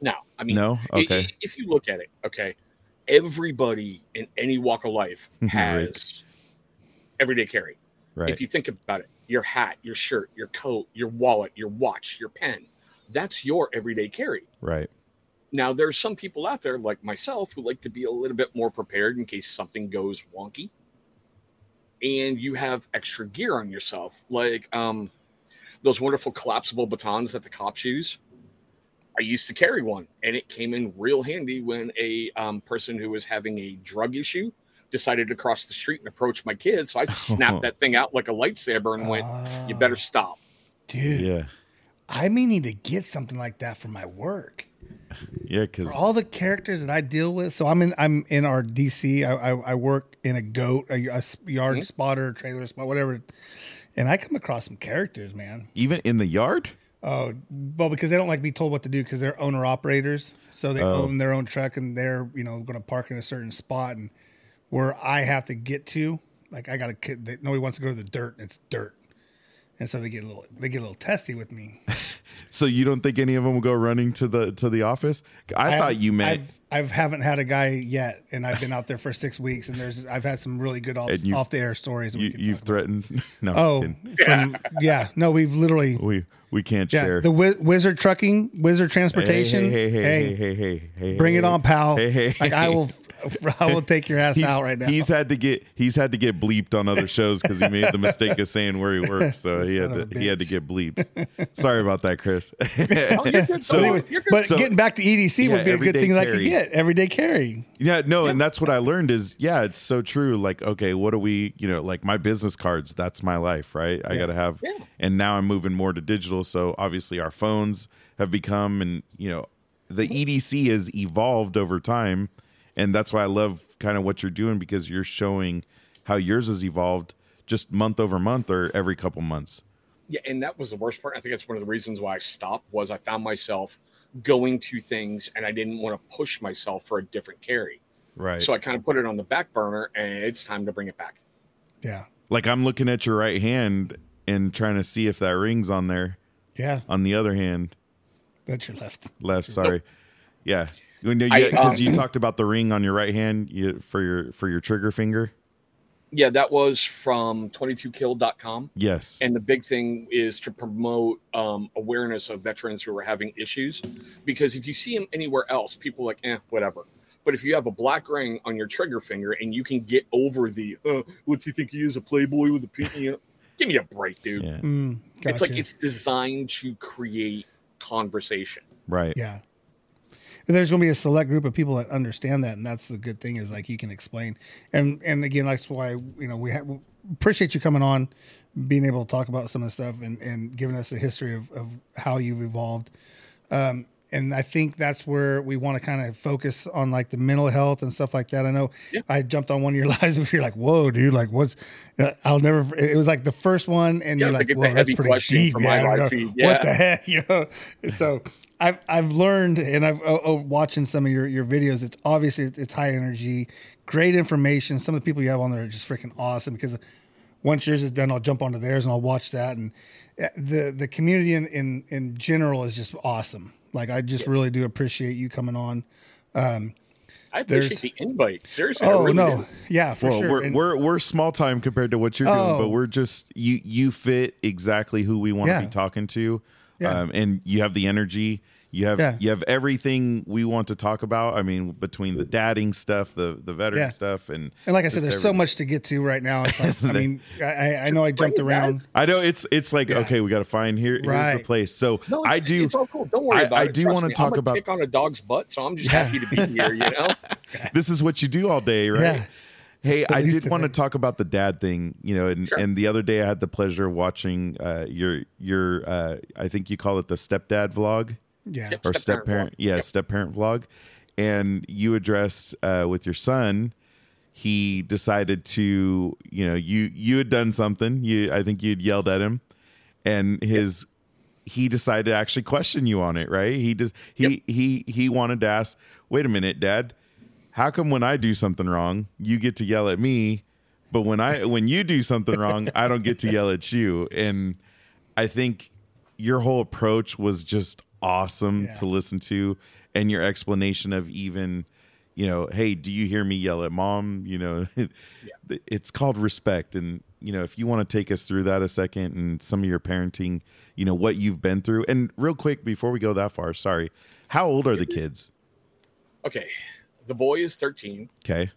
S3: No, I mean,
S2: No?
S3: i- i-
S2: Okay.
S3: If you look at it, okay, everybody in any walk of
S2: [laughs]
S3: life
S2: Right.
S3: has everyday carry.
S2: Right.
S3: If you think about it, your hat, your shirt, your coat, your wallet, your watch, your pen, that's your everyday carry.
S2: right.
S3: Now, there are some people out there like myself who like to be a little bit more prepared in case something goes wonky. And you have extra gear on yourself, like um, those wonderful collapsible batons that the cops use. I used to carry one, and it came in real handy when a um, person who was having a drug issue decided to cross the street and approach my kid. So I snapped that thing out like a lightsaber and went, You better
S1: Ah,
S3: stop.
S1: dude.
S2: Yeah.
S1: I may need to get something like that for my work.
S2: Yeah, because
S1: For all the characters that I deal with, so I'm in I'm in our DC. I, I, I work in a goat, a, a s- yard
S3: Hmm?
S1: spotter, trailer spot, whatever, and I come across some characters, man.
S2: even in the yard,
S1: Oh, well, because they don't like be told what to do because they're owner operators, so they
S2: Oh.
S1: own their own truck and they're you know going to park in a certain spot and where I have to get to, like I got to kid that nobody wants to go to the dirt and it's dirt, and so they get a little they get a little testy with me.
S2: so you don't think any of them will go running to the to the office? I, thought you meant
S1: I've, I've haven't had a guy yet, and I've been out there for six weeks, and there's I've had some really good off,
S2: And you've-
S1: off the air stories. that we
S2: you,
S1: can
S2: you've
S1: talk
S2: threatened. [laughs] No, I'm
S1: about. oh
S2: kidding.
S1: from, yeah no we've literally
S2: we we can't
S1: yeah
S2: share.
S1: the wi- wizard trucking wizard transportation
S2: Hey, hey, hey, hey, hey, hey, hey, hey,
S1: bring it
S2: hey.
S1: on pal
S2: Hey, hey,
S1: like I
S2: [laughs]
S1: will I will take your ass
S2: He's,
S1: out right now
S2: he's had to get he's had to get bleeped on other shows because he made the mistake of saying where he works, so he had
S1: Son of a
S2: to he had to get bleeped. Sorry about
S1: [laughs]
S2: that, Chris. [laughs]
S3: So,
S1: Anyway,
S3: Oh, you're good.
S1: but
S2: Oh, so-
S1: getting back to EDC
S2: Yeah,
S1: would be a good
S2: everyday
S1: thing that I could
S2: carry.
S1: get everyday carry
S2: Yeah, no, and that's what I learned is yeah, it's so true. Like, okay, what do we, you know, like my business cards, that's my life, right? I gotta have
S3: Yeah.
S2: and now I'm moving more to digital. So obviously our phones have become and you know, the EDC has evolved over time. And that's why I love kind of what you're doing because you're showing how yours has evolved just month over month or every couple months.
S3: Yeah, and that was the worst part. I think that's one of the reasons why I stopped was I found myself going to things and I didn't want to push myself for a different carry.
S2: Right.
S3: So I kind of put it on the back burner and it's time to bring it back.
S1: yeah
S2: like I'm looking at your right hand and trying to see if that ring's on there.
S1: yeah
S2: On the other hand,
S1: that's your left
S2: left. Sorry. Yeah. You know,
S3: I,
S2: you, 'cause
S3: um,
S2: you talked about the ring on your right hand you, for your for your trigger finger.
S3: Yeah, that was from 22kill.com.
S2: Yes.
S3: And the big thing is to promote um, awareness of veterans who are having issues. Because if you see them anywhere else, people are like, eh, whatever. But if you have a black ring on your trigger finger and you can get over the, uh, what's he think he is, a playboy with a pinky? Give me a break, dude.
S2: yeah.
S1: Mm,
S3: It's like
S1: gotcha.
S3: it's designed to create conversation.
S2: Right.
S1: Yeah. And there's going to be a select group of people that understand that, and that's the good thing is like you can explain, and and again that's why you know we, ha- we appreciate you coming on, being able to talk about some of the stuff and and giving us a history of of how you've evolved, um, and I think that's where we want to kind of focus on like the mental health and stuff like that. I know
S3: Yeah.
S1: I jumped on one of your [laughs] lives, but you're like, whoa, dude, like what's uh, I'll never. It was like the first one, and
S3: Yeah,
S1: you're
S3: like,
S1: like,
S3: it's a
S1: whoa, that's
S3: heavy
S1: pretty
S3: question
S1: deep.
S3: for
S1: yeah,
S3: my
S1: I don't
S3: live
S1: know.
S3: feed.
S1: What
S3: Yeah.
S1: the heck, [laughs] you know? So I've I've learned, and I've oh, oh, watching some of your your videos. It's obviously it's, it's high energy, great information. Some of the people you have on there are just freaking awesome. Because once yours is done, I'll jump onto theirs and I'll watch that. And uh, the the community in in, in general is just awesome. Like I just really do appreciate you coming on.
S3: I appreciate
S1: There's-
S3: the invite. Seriously. I
S1: Oh
S3: really
S1: no,
S3: do.
S1: yeah, for
S2: Well,
S1: sure.
S2: we're,
S1: And-
S2: we're we're small time compared to what you're doing,
S1: Oh.
S2: but we're just you you fit exactly who we want to
S1: Yeah.
S2: be talking to,
S1: Yeah.
S2: um, and you have the energy, you have
S1: Yeah.
S2: you have everything we want to talk about. I mean, between the dadding stuff, the the veteran
S1: Yeah.
S2: stuff, and
S1: and like I said,
S2: just
S1: there's so much to get to right now. It's like,
S2: [laughs]
S1: I mean, I- I, I know I jumped
S3: Great,
S1: around.
S3: guys.
S2: I know it's it's like
S1: Yeah.
S2: okay, we got to find here here's the
S1: Right.
S2: place. So
S3: No, it's,
S2: I do.
S3: It's all cool. Don't worry
S2: I-
S3: about
S2: I
S3: it.
S2: do
S3: Trust
S2: wanna
S3: me,
S2: talk
S3: I'm a
S2: about-
S3: tick on a dog's butt, so I'm just
S1: Yeah.
S3: happy to be here. You
S2: [laughs]
S3: know.
S2: this is what you do all day, right?
S1: Yeah.
S2: Hey, I
S1: least
S2: did want to
S1: today.
S2: talk about the dad thing, you know, and,
S3: Sure.
S2: and the other day I had the pleasure of watching uh, your your uh, I think you call it the stepdad vlog
S1: Yeah, [laughs]
S2: or
S3: Step-parent
S2: step parent,
S3: vlog.
S2: yeah, step parent vlog, and you addressed uh, with your son. He decided to, you know, you you had done something. You I think you'd yelled at him, and his he decided to actually question you on it. Right? He just he he he wanted to ask, wait a minute, Dad, how come when I do something wrong, you get to yell at me, but when I when you do something wrong, I don't get to yell at you? And I think your whole approach was just awesome
S1: Yeah.
S2: to listen to and your explanation of even you know hey do you hear me yell at mom you know [laughs] it's called respect and you know if you want to take us through that a second and some of your parenting you know what you've been through and real quick before we go that far sorry how old are the kids
S3: Okay, the boy is 13.
S2: okay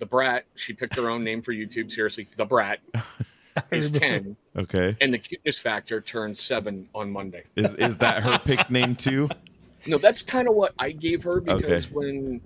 S3: The brat, she picked her own name for YouTube. Seriously, the brat
S2: [laughs]
S3: is 10,
S2: okay
S3: and the cuteness factor turned seven on Monday.
S2: is, is that her pick name
S3: [laughs]
S2: too
S3: No, that's kind of what I gave her because
S2: Okay.
S3: when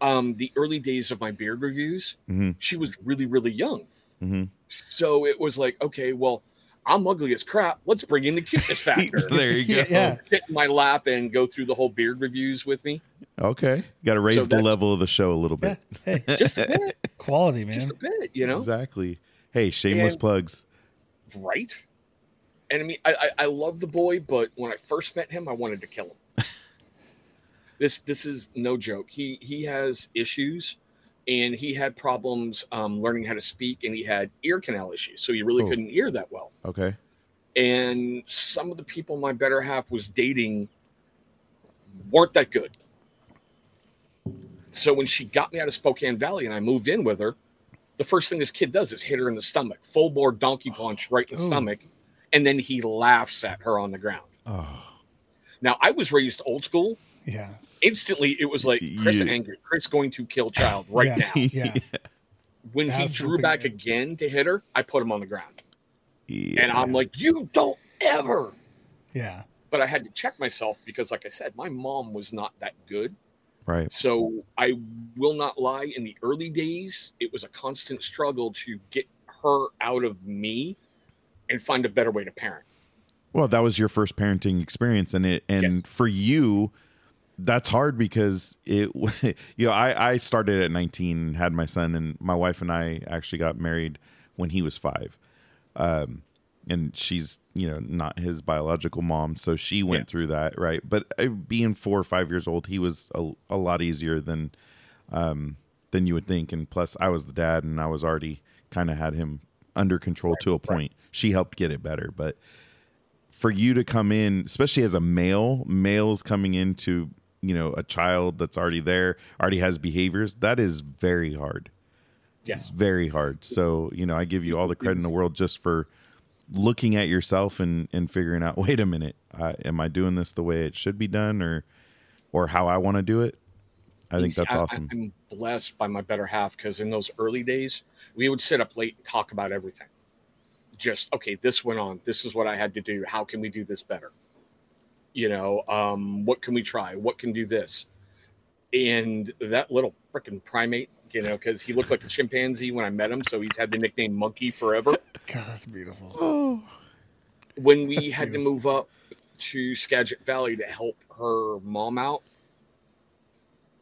S3: um the early days of my beard reviews,
S2: Mhm.
S3: she was really really young.
S2: Mhm.
S3: So it was like, okay, well, I'm ugly as crap. Let's bring in
S2: [laughs]
S3: the cuteness factor.
S2: there you go.
S1: Yeah.
S3: Sit in my lap and go through the whole beard reviews with me.
S2: Okay. Got to raise
S3: So
S2: the
S3: that's-
S2: level of the show a little
S1: Yeah.
S2: bit.
S1: Hey,
S3: Just a bit,
S1: quality, man.
S3: just a bit, you know?
S2: Exactly. Hey, shameless
S3: And-
S2: plugs.
S3: Right? And I mean, I, I, I love the boy, but when I first met him, I wanted to kill him. this this is no joke. He he has issues, and he had problems um, learning how to speak, and he had ear canal issues, so he really
S2: Oh.
S3: couldn't hear that well.
S2: Okay.
S3: and some of the people my better half was dating weren't that good. So when she got me out of Spokane Valley and I moved in with her, the first thing this kid does is hit her in the stomach, full bore donkey punch right in the
S1: Oh.
S3: stomach, and then he laughs at her on the ground.
S2: Oh,
S3: Now I was raised old school.
S2: [laughs]
S1: Yeah.
S3: Instantly, it was like Chris
S2: Yeah.
S3: angry, Chris going to kill child right
S1: Yeah. [laughs]
S3: now.
S1: Yeah.
S3: When he
S1: That's
S3: drew
S1: something,
S3: back
S1: man.
S3: again to hit her, I put him on the ground,
S2: yeah.
S3: and I'm like, "You don't ever."
S1: Yeah.
S3: but I had to check myself because, like I said, my mom was not that good.
S2: right.
S3: So I will not lie. In the early days, it was a constant struggle to get her out of me and find a better way to parent.
S2: Well, that was your first parenting experience, and it and
S3: Yes.
S2: for you, that's hard because it. [laughs] You know, I I started at 19, and had my son, and my wife and I actually got married when he was five, um, and she's you know not his biological mom, so she went
S3: Yeah.
S2: through that right. But uh, being four or five years old, he was a, a lot easier than um, than you would think. And plus, I was the dad, and I was already kind of had him under control to a point. She helped get it better, but for you to come in, especially as a male, males coming into you know a child that's already there, already has behaviors. That is very hard. It's
S3: Yes.
S2: very hard. So you know, I give you all the credit in the world just for looking at yourself and and figuring out. [laughs] Wait a minute, uh, am I doing this the way it should be done, or or how I want to do it? I think that's awesome.
S3: I'm blessed by my better half because in those early days, we would sit up late and talk about everything. Just, okay, this went on. This is what I had to do. How can we do this better? You know, um, what can we try? What can do this? And that little freaking primate, you know, because he looked like a chimpanzee when I met him. So he's had the nickname monkey forever
S1: God, that's beautiful.
S2: Oh,
S3: when we had to
S1: beautiful.
S3: move up to Skagit Valley to help her mom out,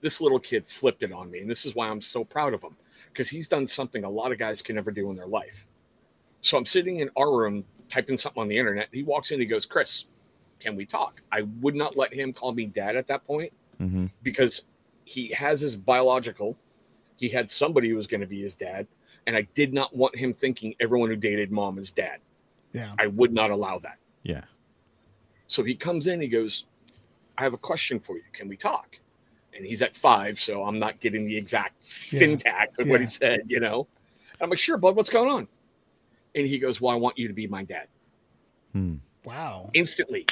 S3: this little kid flipped it on me. And this is why I'm so proud of him because he's done something a lot of guys can never do in their life. So I'm sitting in our room typing something on the internet. He walks in, he goes, Chris, can we talk? I would not let him call me dad at that point
S2: hmm
S3: because he has his biological. He had somebody who was going to be his dad. And I did not want him thinking everyone who dated mom is dad.
S1: Yeah.
S3: I would not allow that.
S2: yeah.
S3: So he comes in, he goes, I have a question for you. Can we talk? And he's at five, so I'm not getting the exact syntax of what
S1: Yeah.
S3: he said, you know? And I'm like, sure, bud, what's going on? And he goes, Well, I want you to be my dad.
S2: Hmm.
S1: Wow.
S3: Instantly.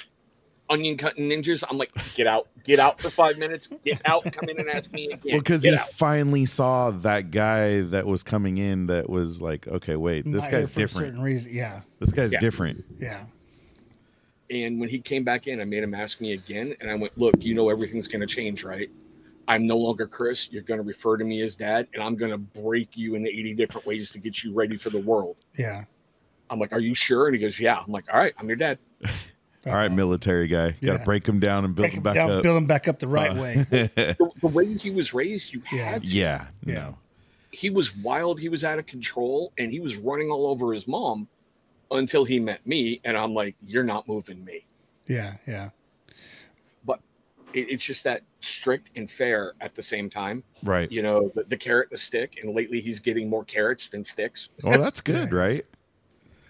S3: Onion cutting ninjas. I'm like, get out, get out for five minutes, get out, come in and ask me again.
S2: Well, because
S3: get
S2: he
S3: out.
S2: finally saw that guy that was coming in that was like, okay, wait, this
S1: Not here
S2: guy's
S1: for a
S2: different.
S1: Certain reason. Yeah.
S2: This guy's
S3: Yeah.
S2: different.
S1: Yeah.
S3: And when he came back in, I made him ask me again. And I went, Look, you know, everything's going to change, right? I'm no longer Chris. You're going to refer to me as dad, and I'm going to break you in 80 different ways to get you ready for the world.
S1: Yeah.
S3: I'm like, Are you sure? And he goes, Yeah. I'm like, All right, I'm your dad.
S1: That's
S2: All right,
S1: awesome.
S2: military guy. Got to
S1: Yeah.
S2: break him down and build
S1: Break
S2: him
S1: 'em
S2: back
S1: down,
S2: up.
S1: build them back up the right
S2: Uh, [laughs]
S1: way.
S3: The, the way he was raised, you
S1: Yeah.
S3: had to.
S2: yeah.
S1: Yeah.
S2: No.
S3: He was wild. He was out of control, and he was running all over his mom until he met me. And I'm like, You're not moving me.
S1: Yeah. Yeah.
S3: It, it's just that strict and fair at the same time.
S2: Right.
S3: you know, the, the carrot, the stick, and lately he's getting more carrots than sticks.
S2: Well, that's good,
S1: Yeah.
S2: right?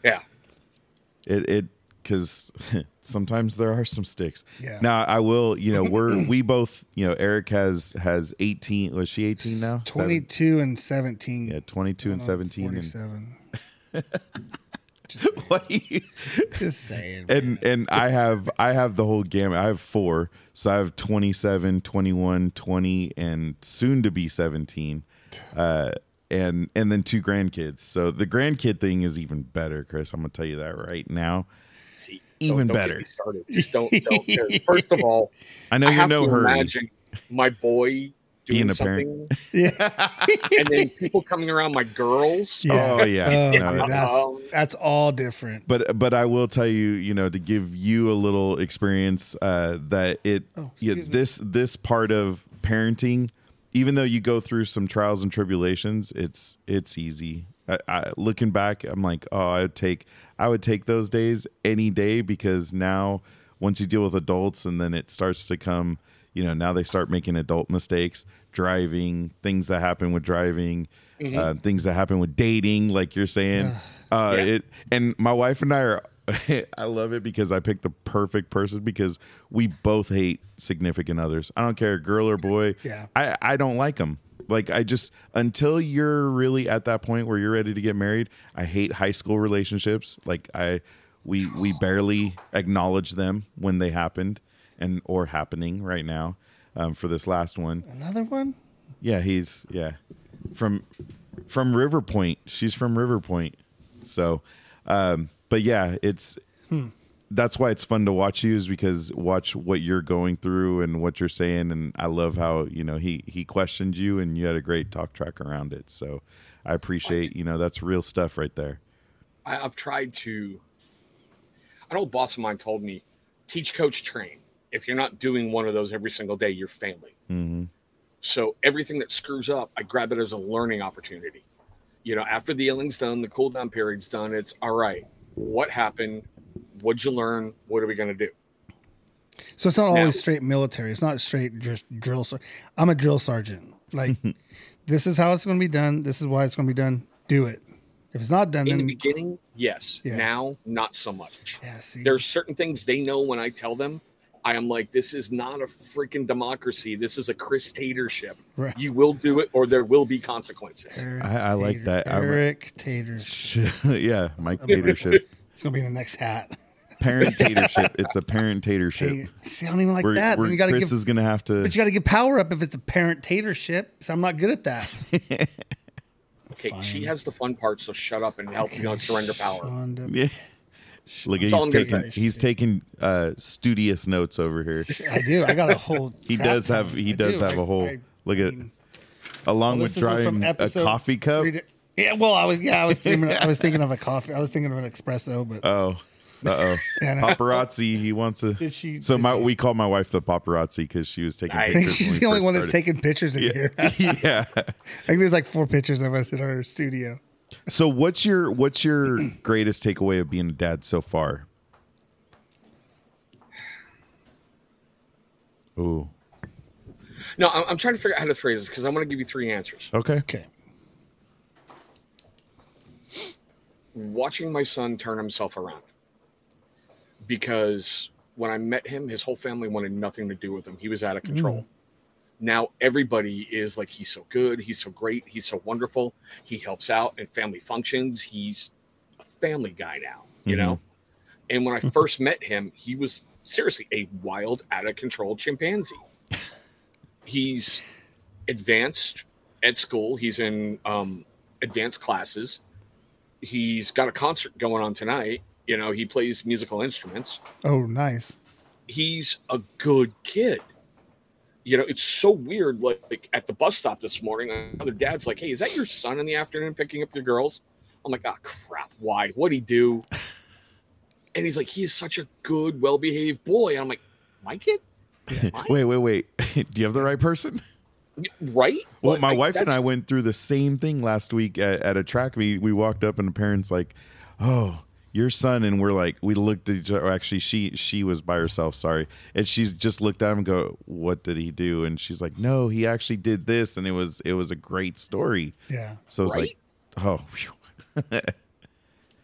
S3: Yeah.
S2: It it because [laughs] sometimes there are some sticks.
S1: Yeah.
S2: Now I will. You know, we're
S1: [clears throat]
S2: we both. You know, Eric has has eighteen. Was she eighteen now? Seven-
S1: 22 and 17.
S2: yeah, twenty-two and
S1: Oh,
S2: seventeen. And,
S1: 47.
S2: [laughs] what do you?
S1: Just saying.
S2: [laughs] and and i have i have the whole gamut i have four so i have 27 21 20 and soon to be 17 uh and and then two grandkids so the grandkid thing is even better chris i'm gonna tell you that right now
S3: See,
S2: Even
S3: don't, don't
S2: better.
S3: Get
S2: [laughs]
S3: me started. Just don't. don't 'cause first of all,
S2: i know
S3: I
S2: you're
S3: have
S2: no
S3: to
S2: hurry
S3: imagine my boy
S2: Being
S3: doing
S2: a
S3: something,
S2: parent.
S1: Yeah.
S3: and then people coming around my girls.
S1: Yeah.
S2: [laughs] [laughs] Oh [laughs] yeah.
S1: Oh,
S2: No,
S1: dude,
S2: that-
S3: Um,
S1: that's, that's all different.
S2: but but I will tell you, you know, to give you a little experience uh, that it
S1: Oh,
S2: yeah,
S1: excuse me.
S2: this this part of parenting, even though you go through some trials and tribulations, it's it's easy. I, I, looking back, I'm like, oh, I would take I would take those days any day because now once you deal with adults and then it starts to come, you know, now they start making adult mistakes, driving things that happen with driving, uh, things that happen with dating, like you're saying. Uh,
S3: Yeah.
S2: It and my wife and I are. [laughs] I love it because I picked the perfect person because we both hate significant others. I don't care, girl or boy.
S1: Yeah.
S2: I I don't like them. Like I just until you're really at that point where you're ready to get married. I hate high school relationships. Like I we we barely acknowledge them when they happened and or happening right now. Um, for this last one,
S1: Another one?
S2: yeah, he's yeah. From from River Point. She's from River Point. So um but yeah, it's
S1: Hmm.
S2: that's why it's fun to watch you is because watch what you're going through and what you're saying and I love how, you know, he he questioned you and you had a great talk track around it. So I appreciate, you know, that's real stuff right there.
S3: I, I've tried to. An old boss of mine told me, teach, coach, train. If you're not doing one of those every single day, you're failing.
S2: Mhm.
S3: So everything that screws up, I grab it as a learning opportunity. You know, after the yelling's done, the cool down period's done, it's all right. What happened? What'd you learn? What are we going to do?
S1: So it's not
S3: No.
S1: always straight military. It's not straight just drill. Ser- I'm a drill sergeant.
S2: [laughs]
S1: Like, this is how it's going to be done. This is why it's going to be done. Do it. If it's not done,
S3: In the
S1: then
S3: beginning, yes.
S1: Yeah.
S3: Now, not so much.
S1: yeah, see,
S3: There's certain things they know when I tell them. I am like, this is not a freaking democracy. This is a Christatorship.
S1: Right.
S3: You will do it, or there will be consequences.
S1: Eric
S2: I- I like
S1: Tater-
S2: that. I re-
S1: Eric Taters.
S2: [laughs] yeah, Mike Tatership.
S1: It's going to be in the next hat.
S2: Parent tatership. It's a parent
S1: Hey,
S2: tatership.
S1: see, I don't even like
S2: We're,
S1: that.
S2: we're-
S1: then you got to
S2: Chris
S1: give,
S2: is gonna have to
S1: but you got to give power up if it's a parent tatership. So I'm not good at that.
S3: Okay,
S1: Fine.
S3: she has the fun part, so shut up and help me not surrender power.
S1: Shonda-
S2: Yeah. Look,
S3: That's
S2: he's
S3: all I'm gonna
S2: taking
S1: say.
S2: he's taking uh, studious notes over here,
S1: uh, I do. I got a whole.
S2: [laughs] He
S1: crap
S2: does
S1: ton.
S2: have- he
S1: I
S2: does
S1: do.
S2: have
S1: I-
S2: a whole-
S1: I
S2: look at-
S1: mean,
S2: along
S1: well,
S2: with
S1: this isn't from
S2: drawing a
S1: episode
S2: coffee cup.
S1: three to- Yeah, well, I was yeah, I was thinking I was thinking of a coffee. I was thinking of an espresso, but
S2: Oh, uh
S1: [laughs]
S2: oh,
S1: Yeah, no.
S2: paparazzi. He wants to.
S1: Did she-
S2: so
S1: did
S2: my
S1: she-
S2: we call my wife the paparazzi because she was taking.
S3: Nice.
S1: I think
S2: pictures
S1: she's the
S2: when we
S1: only
S2: first
S1: one that's
S2: started.
S1: taking pictures in here. I
S2: [laughs] yeah.
S1: think there's like four pictures of us in our studio.
S2: So what's your
S1: [clears throat]
S2: what's your greatest takeaway of being a dad so far? Ooh.
S3: No, I'm, I'm trying to figure out how to phrase this because I'm going to give you three answers.
S2: Okay.
S1: Okay.
S3: Watching my son turn himself around because when I met him, his whole family wanted nothing to do with him. He was out of control. Now everybody is like, he's so good, he's so great, he's so wonderful. He helps out at family functions. He's a family guy now, you
S2: Mhm.
S3: know. And when I first met him, he was seriously a wild, out of control chimpanzee. he's advanced at school. He's in um, advanced classes. He's got a concert going on tonight. You know, he plays musical instruments.
S1: Oh, nice.
S3: He's a good kid. You know, it's so weird. Like, like at the bus stop this morning, another dad's like, "Hey, is that your son in the afternoon picking up your girls?" I'm like, "Ah, crap! Why? What'd
S2: [laughs]
S3: he do?" And he's like, "He is such a good, well-behaved boy." And I'm like, "My kid, Mine?
S2: Wait, wait, wait. [laughs] Do you have the right person?
S3: right?"
S2: Well,
S3: Like,
S2: my
S3: like,
S2: wife and
S3: that's-
S2: I went through the same thing last week at, at a track meet. We walked up and the parents like, "Oh, your son," and we're like, we looked at each other. Actually, she she was by herself. Sorry, and she's just looked at him and go, "What did he do?" And she's like, "No, he actually did this," and it was it was a great story.
S1: Yeah.
S2: So it's
S3: Right?
S2: like, oh, phew.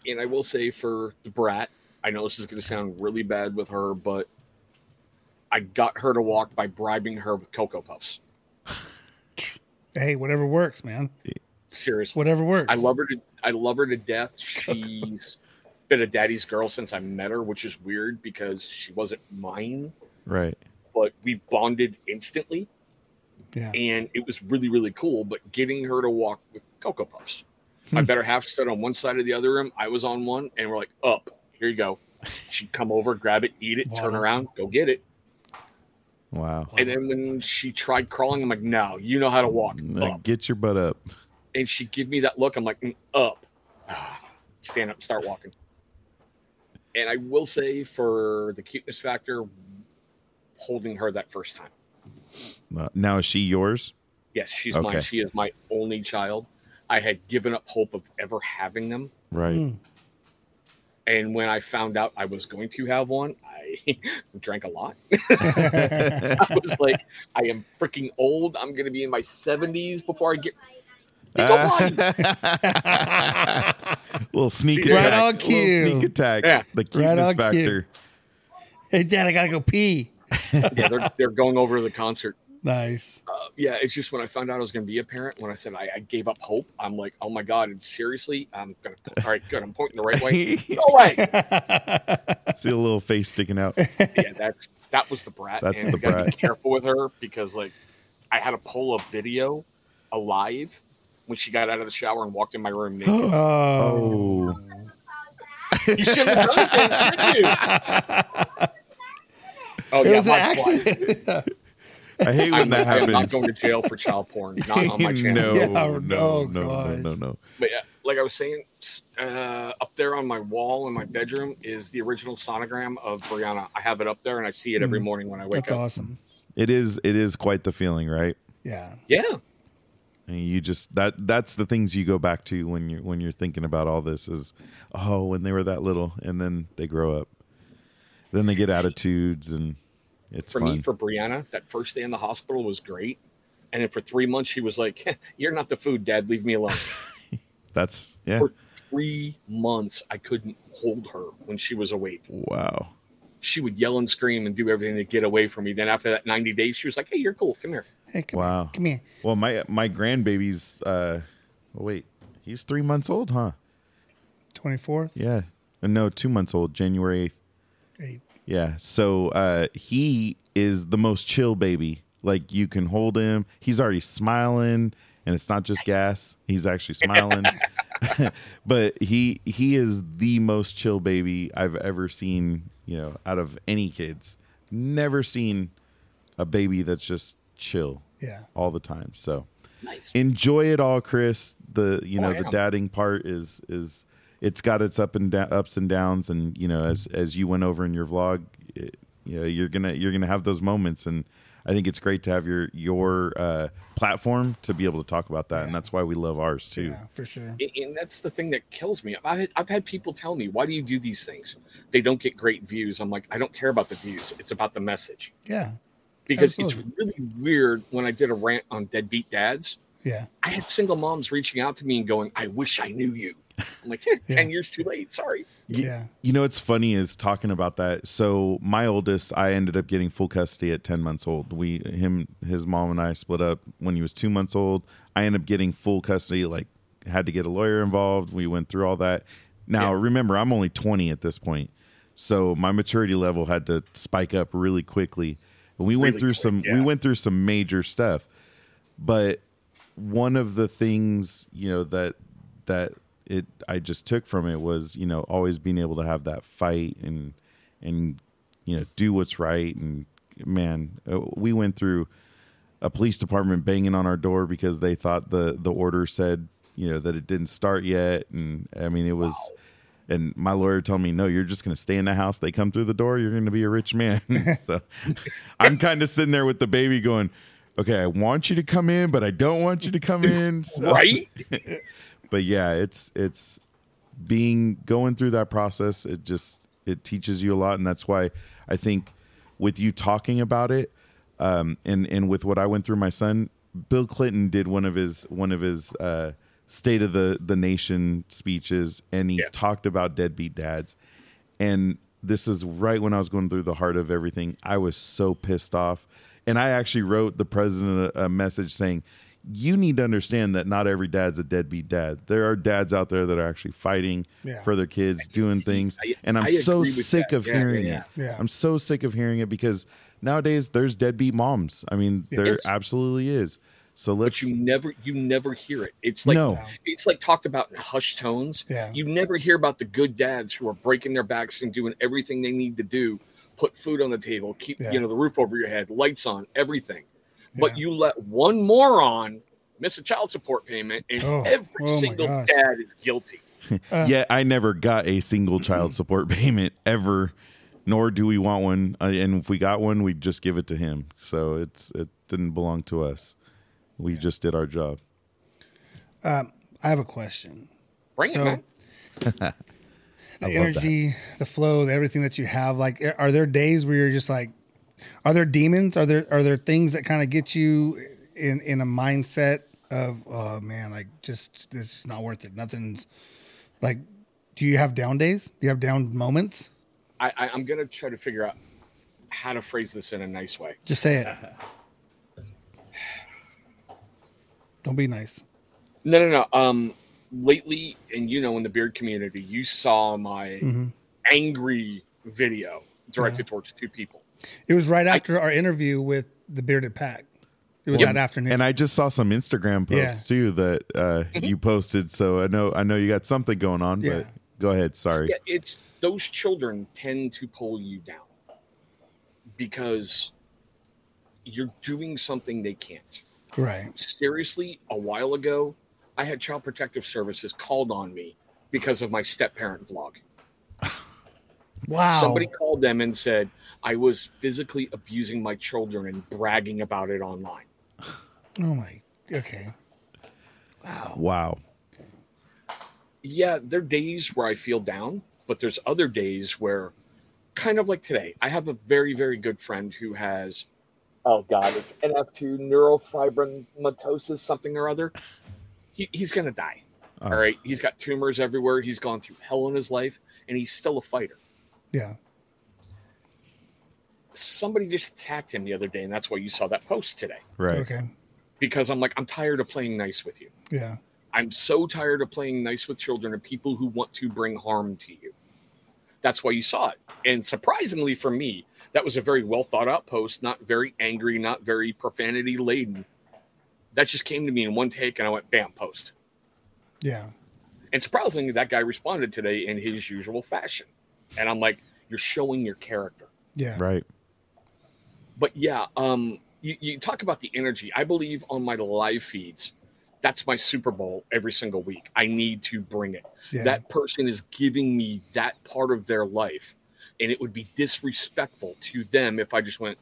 S3: and I will say for the brat, I know this is going to sound really bad with her, but I got her to walk by bribing her with Cocoa Puffs.
S1: Hey, whatever works, man.
S3: Seriously,
S1: Whatever works.
S3: I love her to I love her to death. She's [laughs] been a daddy's girl since I met her, which is weird because she wasn't mine,
S2: right.
S3: but we bonded instantly,
S1: Yeah.
S3: and it was really really cool. But getting her to walk with Cocoa Puffs,
S2: Hmm.
S3: my better half stood on one side of the other room. I was on one, and we're like, "Up, here you go." She'd come over, grab it, eat it, turn
S1: Wow.
S3: around, go get it.
S2: Wow. Mm,
S3: And then when she tried crawling, I'm like, no, you know how to walk.
S2: Like,
S3: Up.
S2: Get your butt up.
S3: And she give me that look. I'm like, "Mm, up. [sighs] Stand up, start walking. And I will say for the cuteness factor, holding her that first time.
S2: Uh, Now is she yours?
S3: Yes, she's
S2: Okay.
S3: mine. She is my only child. I had given up hope of ever having them.
S2: Right.
S3: And when I found out I was going to have one, I [laughs] drank a lot. [laughs] I was like, I am freaking old. I'm going to be in my 70s before I get. Hey, go blind.
S2: [laughs] little sneak
S3: See, right
S2: attack.
S1: on
S2: Little
S1: cue.
S2: sneak attack.
S3: Yeah.
S2: The
S1: Right
S2: cuteness
S1: on cue.
S2: factor.
S1: [laughs] Hey, Dad, I gotta go pee.
S3: yeah, they're, they're going over to the concert.
S1: Nice.
S3: Uh, yeah, it's just when I found out I was going to be a parent, when I said I, I gave up hope, I'm like, oh my God, and seriously, I'm going to. All right, good. I'm pointing the
S2: [laughs]
S3: right way. No way.
S2: See a little face sticking out.
S3: yeah, that's that was the brat.
S2: That's
S3: and
S2: the
S3: we gotta
S2: brat.
S3: Be careful with her because like I had to pull a video alive when she got out of the shower and walked in my
S2: [laughs]
S3: room naked.
S1: Oh,
S2: Oh.
S3: you shouldn't have done that, should you? Oh
S1: it
S3: yeah,
S1: was an
S3: my-
S1: accident.
S2: I hate when
S3: I'm,
S2: that
S3: I'm
S2: happens.
S3: not going to jail for child porn. Not on my
S2: [laughs]
S3: channel.
S2: no,
S1: Yeah,
S2: no, no,
S1: oh,
S2: no,
S1: gosh.
S2: no, no.
S3: But yeah, like I was saying, s- uh, up there on my wall in my bedroom is the original sonogram of Brianna. I have it up there and I see it
S2: Hmm.
S3: every morning when I wake
S1: That's
S3: up.
S1: awesome.
S2: It is it is quite the feeling, right?
S1: Yeah.
S3: Yeah.
S2: And you just that that's the things you go back to when you when you're thinking about all this is oh, when they were that little and then they grow up. Then they get attitudes and it's
S3: for
S2: fun.
S3: me for Brianna, that first day in the hospital was great. And then for three months, she was like, "You're not the food, Dad. Leave
S2: [laughs]
S3: me alone."
S2: that's yeah.
S3: for three months, I couldn't hold her when she was awake.
S2: Wow.
S3: She would yell and scream and do everything to get away from me. Then after that 90 days, she was like, "Hey, you're cool. Come here."
S1: Hey, come
S2: Wow.
S1: Here. Come here.
S2: Well, my my grandbaby's uh oh, wait, he's 3 months old, huh?
S1: Twenty fourth.
S2: Yeah. No, 2 months old, January 8th.
S1: Hey,
S2: Yeah. So uh, he is the most chill baby. Like you can hold him. He's already smiling, and it's not just gas. He's actually smiling. [laughs] but he he is the most chill baby I've ever seen. You know, out of any kids, never seen a baby that's just chill
S1: Yeah.
S2: all the time. So
S3: Nice.
S2: enjoy it all, Chris. The you
S3: Oh,
S2: know
S3: I
S2: the
S3: am.
S2: dadding part is is it's got its up and da- ups and downs, and you know as as you went over in your vlog, it, you know, you're gonna you're gonna have those moments, and I think it's great to have your your uh, platform to be able to talk about that, and that's why we love ours too.
S1: Yeah, for sure.
S3: And- And that's the thing that kills me. I've had, I've had people tell me, "Why do you do these things?" They don't get great views. I'm like, I don't care about the views. It's about the message.
S1: Yeah.
S3: Because
S1: Absolutely.
S3: it's really weird when I did a rant on deadbeat dads.
S1: Yeah.
S3: I had single moms reaching out to me and going, I wish I knew you. I'm
S1: [laughs]
S3: like,
S1: Yeah.
S3: 10 years too late. Sorry.
S2: Y-
S1: Yeah.
S2: You know what's funny is talking about that. So my oldest, I ended up getting full custody at ten months old. We him his mom and I split up when he was two months old. I ended up getting full custody, like had to get a lawyer involved. We went through all that. Now remember, I'm only twenty at this point. So my maturity level had to spike up really quickly. And we went
S3: Really
S2: through
S3: quick,
S2: some we
S3: yeah.
S2: went through some major stuff. But one of the things you know that that it I just took from it was you know always being able to have that fight and and you know do what's right and man uh, we went through a police department banging on our door because they thought the the order said you know that it didn't start yet and I mean it was and my lawyer told me no you're just going to stay in the house they come through the door you're going to be a rich man [laughs] so I'm kind of sitting there with the baby going okay I want you to come in but I don't want you to come in so
S3: Right?
S2: but yeah it's it's being going through that process it just it teaches you a lot and that's why i think with you talking about it um and and with what i went through my son bill clinton did one of his one of his uh state of the the nation speeches and he
S3: Yeah.
S2: talked about deadbeat dads and this is right when I was going through the heart of everything. I was so pissed off, and I actually wrote the president a, a message saying, "You need to understand that not every dad's a deadbeat dad. There are dads out there that are actually fighting
S1: Yeah.
S2: for their kids, doing things."
S3: I-
S2: and I'm
S3: I
S2: so
S3: agree with
S2: sick
S3: that.
S2: of
S3: Yeah,
S2: hearing
S3: yeah,
S2: it.
S1: yeah.
S2: I'm so sick of hearing it because nowadays there's deadbeat moms. I mean, there
S3: Yes.
S2: absolutely is. So
S3: But
S2: let's
S3: you never, you never hear it. It's like,
S2: no.
S3: it's like talked about in hushed tones.
S1: Yeah.
S3: You never hear about the good dads who are breaking their backs and doing everything they need to do, put food on the table, keep
S1: Yeah.
S3: you know the roof over your head, lights on, everything.
S1: Yeah.
S3: But you let one moron miss a child support payment, and
S1: Oh,
S3: every
S1: oh my
S3: single
S1: gosh.
S3: dad is guilty.
S1: Uh,
S2: yeah, I never got a
S1: [clears throat]
S2: single child support payment ever, nor do we want one. Uh, and if we got one, we'd just give it to him. So it's it didn't belong to us. We just did our job.
S1: I have a question.
S3: Bring
S1: So-
S3: it, man.
S1: The
S2: love
S1: energy, the flow, the everything that you have. Like, are there days where you're just like, are there demons? Are there are there things that kind of get you in in a mindset of oh man, like just this is not worth it. Nothing's like. Do you have down days? Do you have down moments?
S3: I, I, I'm gonna try to figure out how to phrase this in a nice way.
S1: Just say it. Don't be nice.
S3: No, no, no. Um, lately, and you know, in the beard community, you saw my
S1: Mhm.
S3: angry video directed towards two people.
S1: It was right after our interview with the bearded pack. It was
S2: Yep.
S1: that afternoon.
S2: And I just saw some Instagram posts
S1: Yeah.
S2: too that uh, you posted. So I know I know you got something going on.
S1: Yeah.
S2: But go ahead. Sorry.
S3: Yeah, it's those children tend to pull you down because you're doing something they can't.
S1: right.
S3: Seriously, a while ago, I had Child Protective Services called on me because of my step parent vlog.
S1: Wow.
S3: Somebody called them and said I was physically abusing my children and bragging about it online.
S1: Oh my. Okay. Wow.
S2: Wow.
S3: yeah, there are days where I feel down, but there's other days where, kind of like today, I have a very, very good friend who has, oh God, it's NF2 neurofibromatosis, something or other. He, he's going to die.
S2: Oh.
S3: All right. He's got tumors everywhere. He's gone through hell in his life, and he's still a fighter.
S1: Yeah.
S3: Somebody just attacked him the other day, and that's why you saw that post today.
S2: Right.
S1: Okay.
S3: Because I'm like, I'm tired of playing nice with you.
S1: Yeah.
S3: I'm so tired of playing nice with children and people who want to bring harm to you. That's why you saw it. And surprisingly for me, that was a very well thought out post, not very angry, not very profanity laden. That just came to me in one take and I went, bam, post.
S1: Yeah.
S3: And surprisingly, that guy responded today in his usual fashion. And I'm like, you're showing your character.
S1: Yeah.
S2: Right.
S3: But yeah, um, you, you talk about the energy. I believe on my live feeds, that's my Super Bowl every single week. I need to bring it.
S1: Yeah.
S3: that person is giving me that part of their life and it would be disrespectful to them if i just went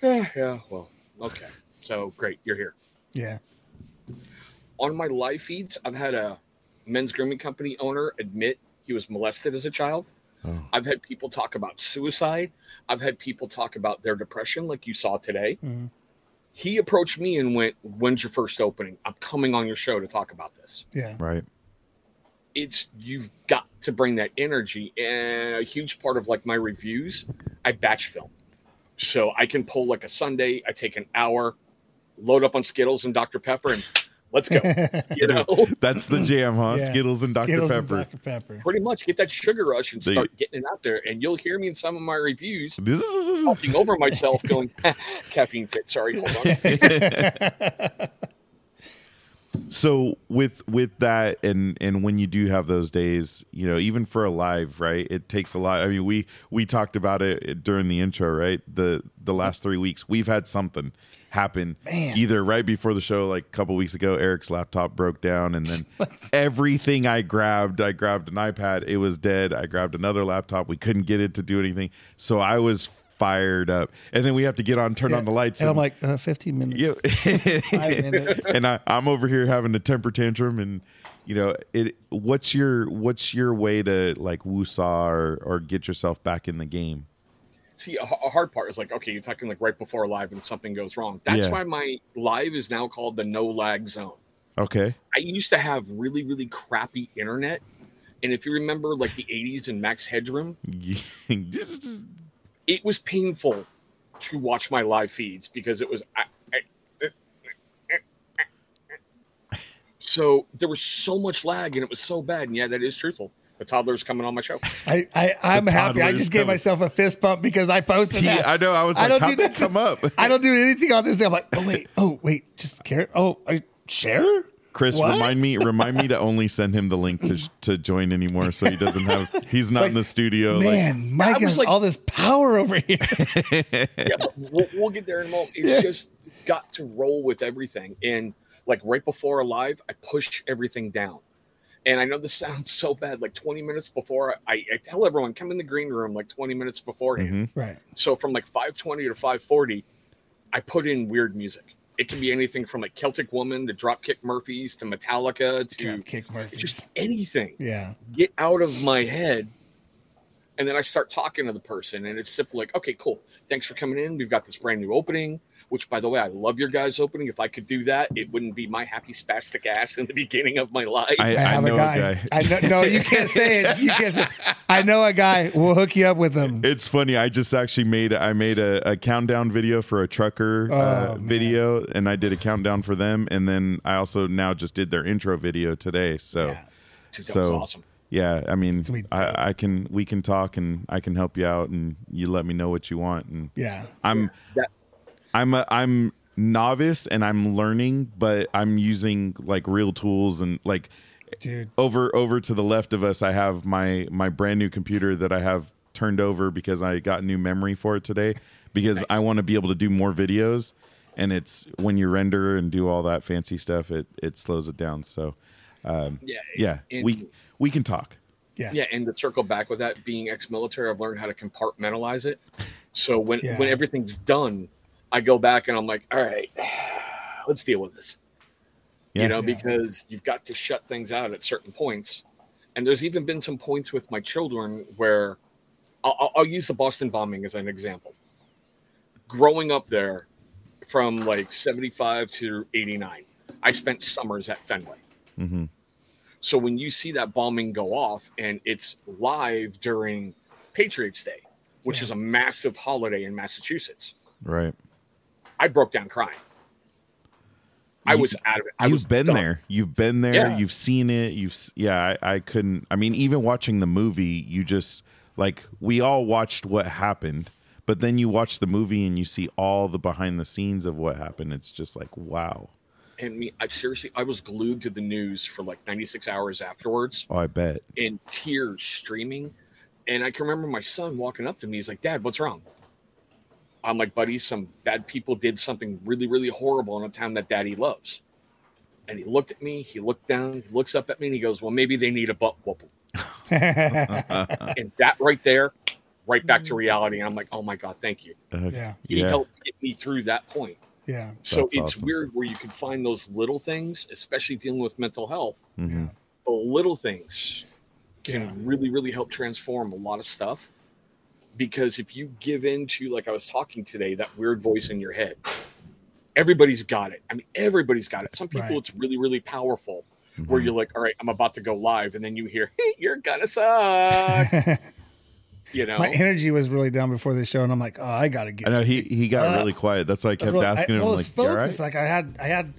S3: yeah yeah well okay so great you're here
S1: yeah.
S3: on my live feeds i've had a men's grooming company owner admit he was molested as a child
S2: Oh.
S3: i've had people talk about suicide i've had people talk about their depression like you saw today
S1: Mhm.
S3: he approached me and went when's your first opening i'm coming on your show to talk about this
S1: Yeah.
S2: Right.
S3: it's you've got to bring that energy and a huge part of like my reviews i batch film so i can pull like a sunday i take an hour load up on skittles and dr pepper and
S2: [laughs]
S3: let's go you know
S2: That's the jam, huh?
S1: Yeah.
S2: Uh, Skittles and Dr.
S1: Skittles and
S2: Pepper.
S1: Dr. Pepper.
S3: pretty much get that sugar rush and
S2: The-
S3: start getting it out there and you'll hear me in some of my reviews
S2: All
S3: talking
S2: [laughs]
S3: over myself going [laughs] caffeine fit sorry hold on
S2: so with with that and and when you do have those days you know even for a live right it takes a lot i mean we we talked about it during the intro right the the last three weeks we've had something happen
S1: Man.
S2: either right before the show like a couple weeks ago eric's laptop broke down
S1: [laughs]
S2: and then everything i grabbed i grabbed an ipad it was dead i grabbed another laptop we couldn't get it to do anything so i was fired up and then we have to get on turn on the lights
S1: And I'm like, uh, 15 minutes. [laughs]
S2: [laughs] yeah. [laughs]
S1: Five minutes.
S2: and I, I'm over here having a temper tantrum, and you know, it. What's your What's your way to like woosaw or or get yourself back in the game?
S3: see a, a hard part is like okay you're talking like right before live and something goes wrong that's
S2: Yeah.
S3: why my live is now called the no lag zone
S2: [laughs] Okay.
S3: I used to have really, really crappy internet. And if you remember like the 80s and Max Headroom, it was painful to watch my live feeds because it was. I, eh, I- eh. so there was so much lag and it was so bad. And yeah, that is truthful. The toddler's coming on my show.
S1: I, I, I'm
S2: The
S1: happy. I
S2: toddler is
S1: just gave
S2: coming.
S1: myself a fist bump because I posted that.
S2: I know. I was
S1: I
S2: like,
S1: don't
S2: how
S1: do
S2: did that
S1: nothing. [laughs]
S2: come up?
S1: I don't do anything on this. Day. I'm like, oh wait, oh wait, just care. Oh, I share.
S2: Chris,
S1: What?
S2: remind me, remind me to only send him the link to to join anymore, so he doesn't have. He's not in the studio. Like,
S1: Man, Mike
S3: I was
S1: has
S3: like-
S1: all this power over here.
S2: [laughs]
S3: yeah, but we'll, we'll get there in a moment. It's just got to roll with everything. And like right before a live, I push everything down. And I know this [laughs] sounds so bad. Like 20 minutes before, I, I tell everyone come in the green room like 20 minutes beforehand.
S2: Mhm.
S1: Right.
S3: So from like 520 to 540, I put in weird music. It can be anything from like Celtic Woman to Dropkick Murphys to Metallica to
S1: Dropkick Murphys.
S3: just anything
S1: Yeah.
S3: get out of my head. And then I start talking to the person, and it's simple like, okay, cool. Thanks for coming in. We've got this brand new opening, which, by the way, I love your guys' opening. If I could do that, it wouldn't be my happy spastic ass in the [laughs] beginning of my life.
S2: I,
S1: I
S2: I
S1: have
S2: know
S1: a guy. I know, no, you can't say it. You can't say it. I know a guy. We'll hook you up with him.
S2: It's funny. I just actually made I made a, a countdown video for a trucker uh,
S1: Oh, man.
S2: video, and I did a countdown for them, and then I also now just did their intro video today. So
S1: Yeah.
S3: [laughs] Dude, that was
S2: so
S3: awesome.
S2: yeah, I mean,
S1: Sweet.
S2: I, I can we can talk, and I can help you out, and you let me know what you want, and
S1: Yeah.
S2: I'm
S3: That-
S2: I'm a, I'm novice and I'm learning, but I'm using like real tools and like
S1: Dude. [laughs]
S2: over over to the left of us i have my my brand new computer that i have turned over because i got new memory for it today because i want to be able to do more videos and it's when you render and do all that fancy stuff it it slows it down so um
S3: Yeah.
S2: yeah
S3: And-
S2: we we can talk
S1: Yeah.
S3: Yeah, and to circle back with that, being ex-military, I've learned how to compartmentalize it. So when
S1: Yeah.
S3: when everything's done, I go back and I'm like, all right, [sighs] let's deal with this.
S2: Yeah.
S3: you know,
S1: Yeah.
S3: because you've got to shut things out at certain points. And there's even been some points with my children where I'll, I'll- I'll use the Boston bombing as an example. Growing up there, from like 75 to 89, I spent summers at Fenway.
S2: hmm
S3: So when you see that bombing go off and it's live during Patriots Day, which
S1: Yeah.
S3: is a massive holiday in Massachusetts,
S2: right
S3: I broke down crying. I
S2: You-
S3: was out of it. I was
S2: you've been
S3: done.
S2: there you've been there
S3: Yeah.
S2: you've seen it you've s- yeah I, I couldn't i mean even watching the movie you just like we all watched what happened but then you watch the movie and you see all the behind the scenes of what happened it's just like wow
S3: and me i seriously i was glued to the news for like 96 hours afterwards
S2: oh i
S3: [laughs]
S2: bet
S3: in tears streaming and i can remember my son walking up to me he's like dad what's wrong i'm like buddy some bad people did something really really horrible in a town that daddy loves and he looked at me he looked down he looks up at me and he goes well maybe they need a butt
S2: [laughs]
S3: whooping
S2: Uh-huh.
S3: and that right there right back to reality and i'm like oh my god thank you
S2: Uh,
S1: yeah.
S3: he
S2: yeah
S3: helped get me through that point
S1: Yeah.
S3: so
S2: That's
S3: it's
S2: awesome.
S3: weird where you can find those little things especially dealing with mental health
S2: Mhm.
S3: the little things can
S1: Yeah.
S3: really really help transform a lot of stuff because if you give in to like i was talking today that weird voice in your head everybody's got it i mean everybody's got it some people
S1: Right.
S3: it's really really powerful where
S2: Mhm.
S3: you're like all right i'm about to go live and then you hear hey, you're
S1: [laughs]
S3: gonna suck you
S2: [laughs]
S3: know
S1: My energy was really down before the show, and I'm like, oh, I gotta get.
S2: i know he he got
S1: Uh,
S2: really quiet that's why i kept
S1: Well,
S2: asking
S1: I,
S2: him
S1: well,
S2: like
S1: it's
S2: "You all
S1: focused.
S2: right?"
S1: Like I had, I had,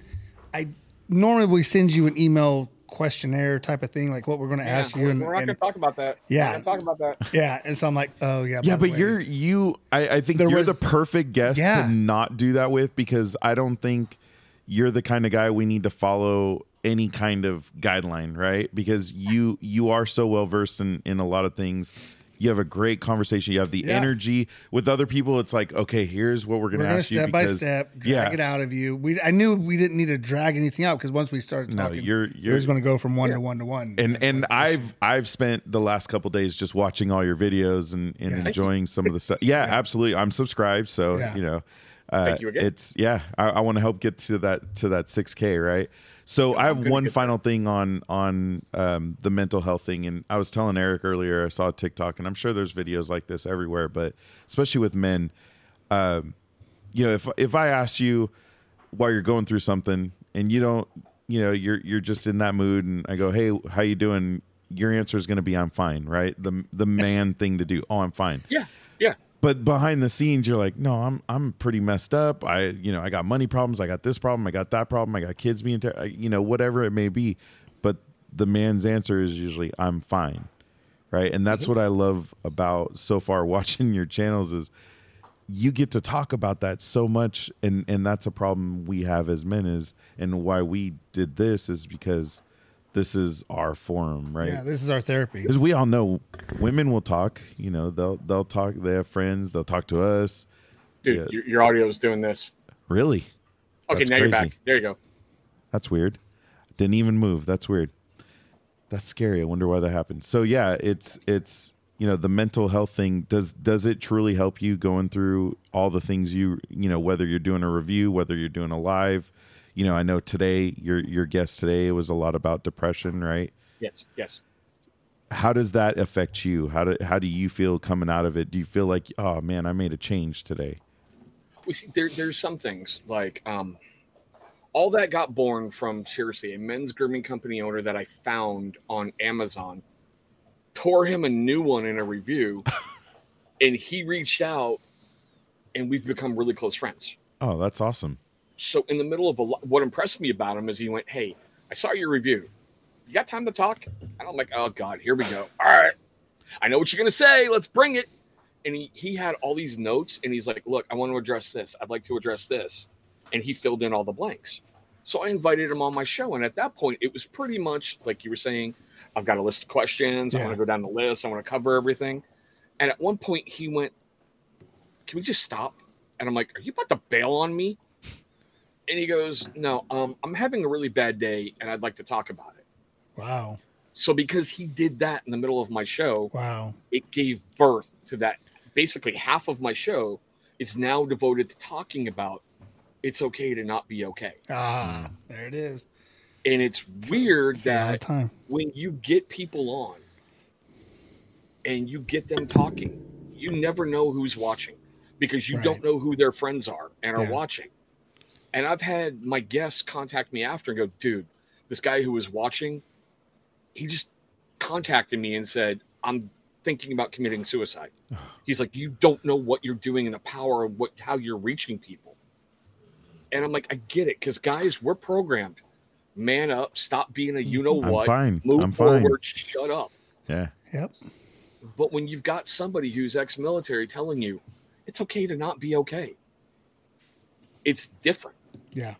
S1: I normally we send you an email questionnaire type of thing, like what we're going to
S3: Yeah,
S1: ask you, and,
S3: we're not
S1: and-
S3: gonna talk about that
S1: Yeah.
S3: we're not gonna talk about that
S1: yeah. And so I'm like, oh yeah,
S2: yeah
S1: by the
S2: but
S1: way.
S2: you're you i, I think
S1: There
S2: you're
S1: was-
S2: the perfect guest
S1: Yeah.
S2: to not do that with because i don't think you're the kind of guy we need to follow any kind of guideline right because you you are so well versed in in a lot of things you have a great conversation you have the
S1: Yeah.
S2: energy with other people it's like okay here's what we're
S1: we're
S2: gonna
S1: going to
S2: ask you
S1: step by
S2: because
S1: step drag
S2: yeah
S1: it out of you. We I knew we didn't need to drag anything out because once we started
S2: no
S1: talking,
S2: you're
S1: it
S2: you're
S1: was going to go from one to one to one.
S2: and and I've I've spent the last couple days just watching all your videos and, and
S1: Yeah. Thank
S2: enjoying some of
S1: [laughs]
S2: the stuff. Yeah, absolutely. I'm subscribed, so
S1: Yeah.
S2: you know. Uh,
S3: Thank you again.
S2: It's yeah. I, I want to help get to that to that 6K, right? So I have
S3: gonna
S2: one
S3: get
S2: final thing on on um, the mental health thing, and I was telling Eric earlier. I saw a TikTok, and I'm sure there's videos like this everywhere, but especially with men you know, if if I ask you while you're going through something and you don't, you know, you're you're just in that mood, and I go, "Hey, how you doing?" Your answer is going to be, "I'm fine," right? The the man thing to do. Oh, I'm fine.
S3: yeah yeah
S2: But behind the scenes, you're like, "No, I'm I'm pretty messed up. I you know, I got money problems. I got this problem. I got that problem. I got kids being, ter- I- you know, whatever it may be." But the man's answer is usually, "I'm
S1: Mm-hmm.
S2: [laughs] fine." Right. And that's what I love about so far watching your channels is you get to talk about that so much and and that's a problem we have as men is and why we did this is because this is our forum right
S1: Yeah, this is our therapy.
S2: because we all know women will talk you know they'll they'll talk they have friends they'll talk to us
S3: Dude,
S2: Yeah.
S3: your, your audio is doing this.
S2: really
S3: Okay,
S2: That's
S3: now you're
S2: crazy.
S3: back. There you go.
S2: That's weird. Didn't even move. That's weird. That's scary. I wonder why that happened. So yeah, it's it's you know the mental health thing does does it truly help you going through all the things you you know whether you're doing a review whether you're doing a live you know I know today your your guest today was a lot about depression right
S3: Yes, yes.
S2: how does that affect you how do how do you feel coming out of it do you feel like oh man I made a change today
S3: we see there, there's some things like um, all that got born from seriously a men's grooming company owner that I found on Amazon tore him a new one in a review and he reached out and we've become really close friends.
S2: oh that's awesome
S3: So in the middle of a lot, what impressed me about him is he went, Hey, I saw your review. You got time to talk? And I'm like, Oh God, here we go. All right. I know what you're gonna say. Let's bring it. And he, he had all these notes and he's like, Look, I want to address this. I'd like to address this. And he filled in all the blanks. So I invited him on my show. And at that point, it was pretty much like you were saying, I've got a list of questions. I
S1: Yeah.
S3: want to go down the list. I want to cover everything. And at one point he went, Can we just stop? And I'm like, Are you about to bail on me? And he goes, No, um, I'm having a really bad day and I'd like to talk about it.
S1: Wow.
S3: So because he did that in the middle of my show,
S1: Wow.
S3: it gave birth to that basically half of my show is now devoted to talking about it's okay to not be okay.
S1: Ah, there it is.
S3: And it's weird
S1: Say it all the
S3: that
S1: time.
S3: when you get people on and you get them talking, you never know who's watching because you don't
S1: Right.
S3: know who their friends are and are
S1: Yeah.
S3: watching. And I've had my guests contact me after and go, dude, this guy who was watching, he just contacted me and said, I'm thinking about
S1: [sighs]
S3: committing suicide. He's like, you don't know what you're doing and the power of what how you're reaching people. And I'm like, I get it, because guys, we're programmed. Man up, stop being
S1: Mm-hmm.
S3: a you know
S2: I'm
S3: what,
S2: fine.
S3: move
S2: I'm fine.
S3: forward, shut up.
S2: yeah
S1: Yep.
S3: But when you've got somebody who's ex-military telling you it's okay to not be okay, it's different,
S1: Yeah.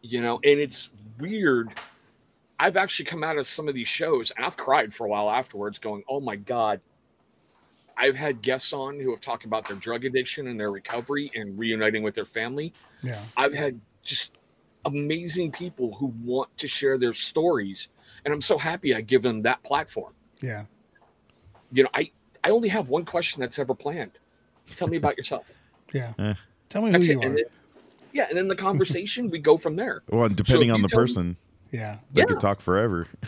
S3: you know, and it's weird. I've actually come out of some of these shows and I've cried for a while afterwards, going, Oh my God. I've had guests on who have talked about their drug addiction and their recovery and reuniting with their family.
S1: Yeah.
S3: I've had just amazing people who want to share their stories. And I'm so happy I give them that platform.
S1: Yeah.
S3: You know, I, I only have one question that's ever planned. Tell me about yourself.
S1: Yeah.
S2: Eh.
S1: Tell me [laughs]
S3: That's
S1: who
S3: it.
S1: you
S3: And
S1: are.
S3: then, yeah. And then the conversation, we go from there.
S2: well and depending
S3: if
S2: on
S3: you
S2: the
S3: tell me-
S2: person
S1: Yeah.
S2: they
S3: Yeah.
S2: could talk forever [laughs]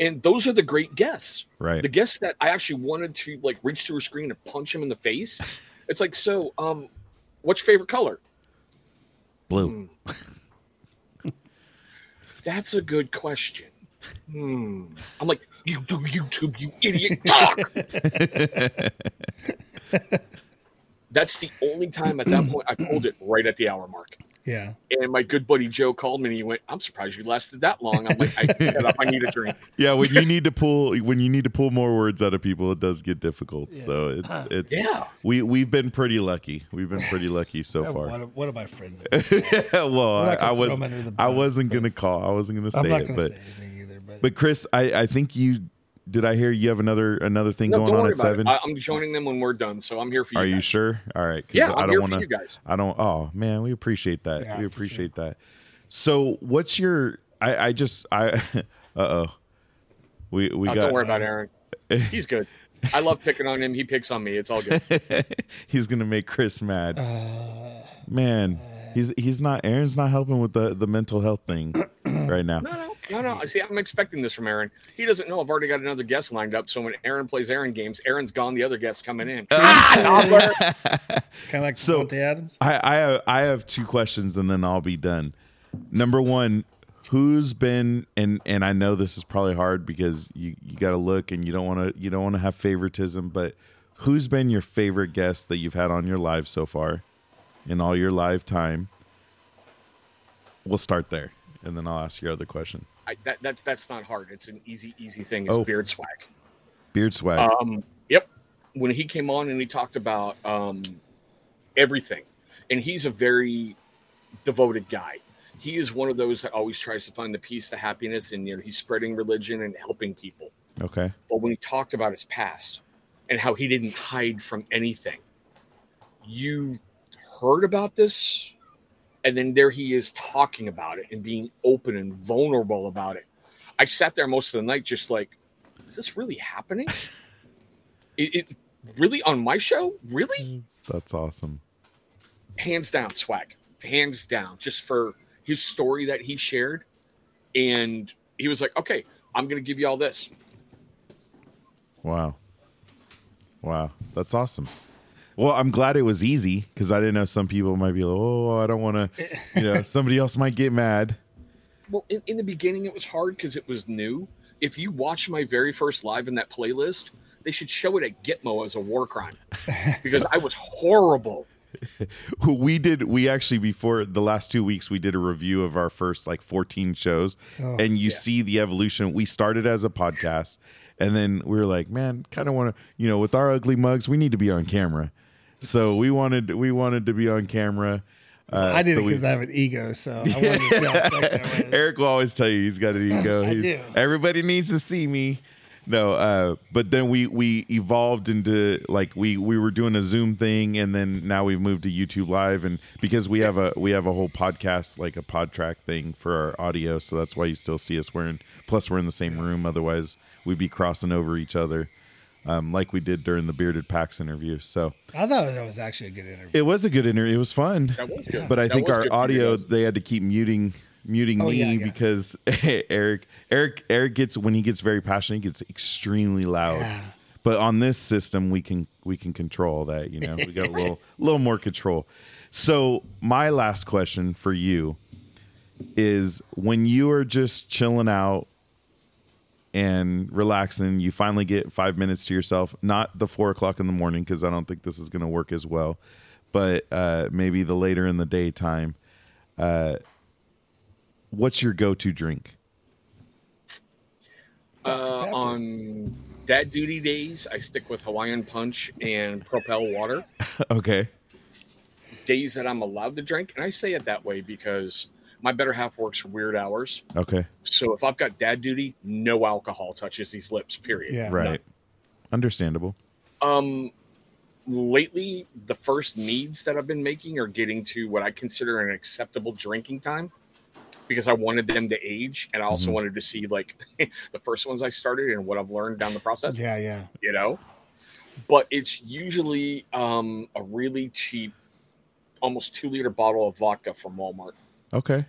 S3: And those are the great guests.
S2: right
S3: The guests that I actually wanted to like reach through a screen and punch him in the face. It's like, so, um, what's your favorite color?
S2: blue
S3: That's a good question. Hmm. I'm like, you do YouTube, you idiot. Talk. That's the only time at that point I pulled it right at the hour mark.
S1: Yeah.
S3: And my good buddy Joe called me and he went, I'm surprised you lasted that long. I'm like, I get up, I need a drink.
S2: Yeah, when you need to pull when you need to pull more words out of people, it does get difficult.
S1: Yeah.
S2: So it's it's
S3: [laughs] Yeah.
S2: we we've been pretty lucky. We've been pretty lucky so
S1: Yeah,
S2: far.
S1: One of, one of my friends.
S2: [laughs] well,
S1: We're
S2: I,
S1: not gonna
S2: I
S1: throw
S2: was
S1: him under the
S2: I
S1: bus,
S2: wasn't
S1: but-
S2: gonna call. I wasn't gonna say
S1: I'm not
S2: it,
S1: going
S2: but
S1: to say anything either, but,
S2: but Chris, I I think you did. I hear you have another another thing going on at seven.
S3: it. I, I'm joining them when we're done. So I'm here for you.
S2: Are you
S3: guys.
S2: sure? All right. 'cause
S3: Yeah, I'm
S2: I don't
S3: here
S2: want
S3: for you
S2: to.
S3: guys.
S2: I don't. Oh man, we appreciate that.
S1: Yeah,
S2: we
S1: for
S2: appreciate that. So, what's your? I I just I. [laughs] uh oh. We we
S3: Oh,
S2: got.
S3: don't worry
S2: [laughs]
S3: about Aaron. He's good. I love picking on him. He picks on me. It's all good.
S2: [laughs] he's gonna make Chris mad.
S1: uh,
S2: Man, he's he's not Aaron's not helping with the, the mental health
S1: [clears throat]
S2: thing right now.
S3: [laughs] No, no, no, no. I See, I'm expecting this from Aaron. He doesn't know I've already got another guest lined up. So when Aaron plays Aaron games, Aaron's gone. The other guest's coming in. Ah,
S1: [laughs]
S3: toddler.
S1: kind of like
S2: So-
S1: Devontae Adams.
S2: I, I have I have two questions and then I'll be done. Number one, who's been and and I know this is probably hard because you, you gotta look and you don't wanna you don't wanna have favoritism, but who's been your favorite guest that you've had on your live so far in all your live time? We'll start there and then I'll ask your other question.
S3: I, that, that's that's not hard. It's an easy, easy thing. It's
S2: Oh.
S3: beard swag.
S2: Beard swag.
S3: Uh, Um, yep. When he came on and he talked about um, everything. And he's a very devoted guy. He is one of those that always tries to find the peace, the happiness, and you know, he's spreading religion and helping people.
S2: Okay.
S3: But when he talked about his past and how he didn't hide from anything, you heard about this, and then there he is talking about it and being open and vulnerable about it. I sat there most of the night, just like, is this really happening? [laughs] it, it really on my show? Really?
S2: That's awesome.
S3: Hands down, swag. Hands down, just for his story that he shared. And he was like, okay, I'm going to give you all this.
S2: Wow. Wow. That's awesome. Well, I'm glad it was easy because I didn't know some people might be like, oh, I don't want to,
S1: [laughs]
S2: you know, somebody else might get mad.
S3: Well, in, in the beginning, it was hard because it was new. If you watch my very first live in that playlist, they should show it at Gitmo as a war crime because I was horrible.
S2: We did, we actually, before the last two weeks, we did a review of our first like 14 shows.
S1: Oh,
S2: and you
S3: yeah.
S2: see the evolution. We started as a podcast and then we were like, man, kind of want to, you know, with our ugly mugs, we need to be on camera. So we wanted, we wanted to be on camera. Uh,
S1: I did
S2: so
S1: it
S2: we-
S1: because I have an ego, so I wanted to see how sexy I was.
S2: [laughs] Eric will always tell you he's got an ego.
S1: [clears throat] I
S2: He's-
S1: do.
S2: Everybody needs to see me. No, uh, but then we we evolved into like we we were doing a Zoom thing, and then now we've moved to YouTube Live, and because we have a we have a whole podcast like a pod track thing for our audio, so that's why you still see us. We're in plus we're in the same room, otherwise we'd be crossing over each other, um, like we did during the Bearded Pax interview. So
S1: I thought that was actually a good
S2: [laughs]
S1: interview.
S2: it was a good interview. It was fun.
S3: That was good.
S2: But I
S3: That
S2: think
S3: was
S2: our
S3: good for you
S2: audio
S3: guys.
S2: they had to keep muting muting
S1: Oh,
S2: me
S1: yeah, yeah.
S2: because [laughs] Eric Eric Eric gets when he gets very passionate, he gets extremely loud.
S1: Yeah.
S2: But on this system we can we can control that, you know. We got a little little more control. So my last question for you is when you are just chilling out and relaxing. You finally get five minutes to yourself, not the four o'clock in the morning, because I don't think this is going to work as well, but uh, maybe the later in the daytime. Uh, what's your go to drink?
S3: Uh, on dad duty days, I stick with Hawaiian Punch and Propel water.
S2: okay.
S3: Days that I'm allowed to drink, and I say it that way because my better half works weird hours.
S2: Okay.
S3: So if I've got dad duty, no alcohol touches these lips. Period.
S1: Yeah.
S2: Right. Understandable.
S3: Um, lately, the first needs that I've been making are getting to what I consider an acceptable drinking time because I wanted them to age, and I also
S2: Mhm.
S3: wanted to see like [laughs] the first ones I started and what I've learned down the process.
S1: Yeah, yeah.
S3: you know but it's usually um, a really cheap almost two liter bottle of vodka from walmart
S2: Okay.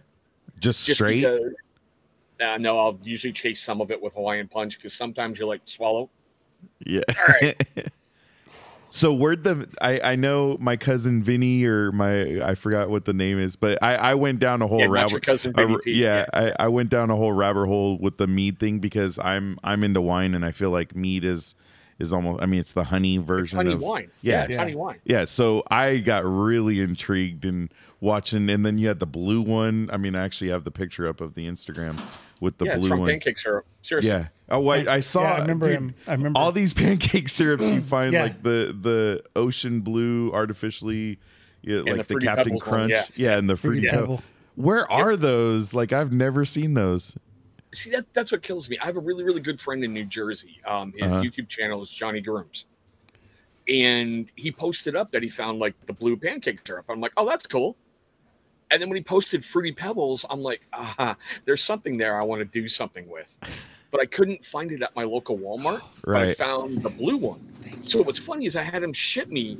S2: Just,
S3: just
S2: straight?
S3: because uh, no i'll usually chase some of it with hawaiian punch because sometimes you're like swallow
S2: Yeah.
S3: all right
S2: [laughs] So where'd the I, I know my cousin Vinny or my I forgot what the name is, but I, I went down a whole
S3: yeah, not your
S2: rabbit
S3: cousin
S2: I-
S3: Vinny P.
S2: yeah, I, I went down a whole rabbit hole with the mead thing because I'm I'm into wine and I feel like mead is is almost I mean it's the honey
S3: it's
S2: version
S3: honey
S2: of
S3: wine
S2: Yeah.
S3: it's
S1: Yeah.
S3: honey wine
S2: yeah. So I got really intrigued in watching, and then you had the blue one. I mean, I actually have the picture up of the Instagram with the
S3: yeah it's
S2: blue
S3: from
S2: one.
S3: pancake syrup seriously
S2: Yeah. Oh, I, I saw.
S1: yeah, I remember
S2: dude,
S1: him. I remember
S2: all these [laughs] pancake syrups you find
S1: Yeah.
S2: like the the ocean blue artificially yeah,
S3: the
S2: like the,
S3: Fruity
S2: captain
S3: Pebbles one,
S2: crunch
S3: yeah.
S2: yeah. and the fruity,
S1: Fruity
S2: pebble.
S1: Pebble.
S2: where are those like i've never seen those
S3: see that that's what kills me. I have a really really good friend in New Jersey. Um, his
S2: Uh-huh.
S3: YouTube channel is Johnny Grooms, and he posted up that he found like the blue pancake syrup. I'm like, oh, that's cool. And then when he posted fruity pebbles, I'm like, ah, there's something there I want to do something with, but I couldn't find it at my local Walmart. But I
S2: Right.
S3: found the blue one. So what's funny is I had him ship me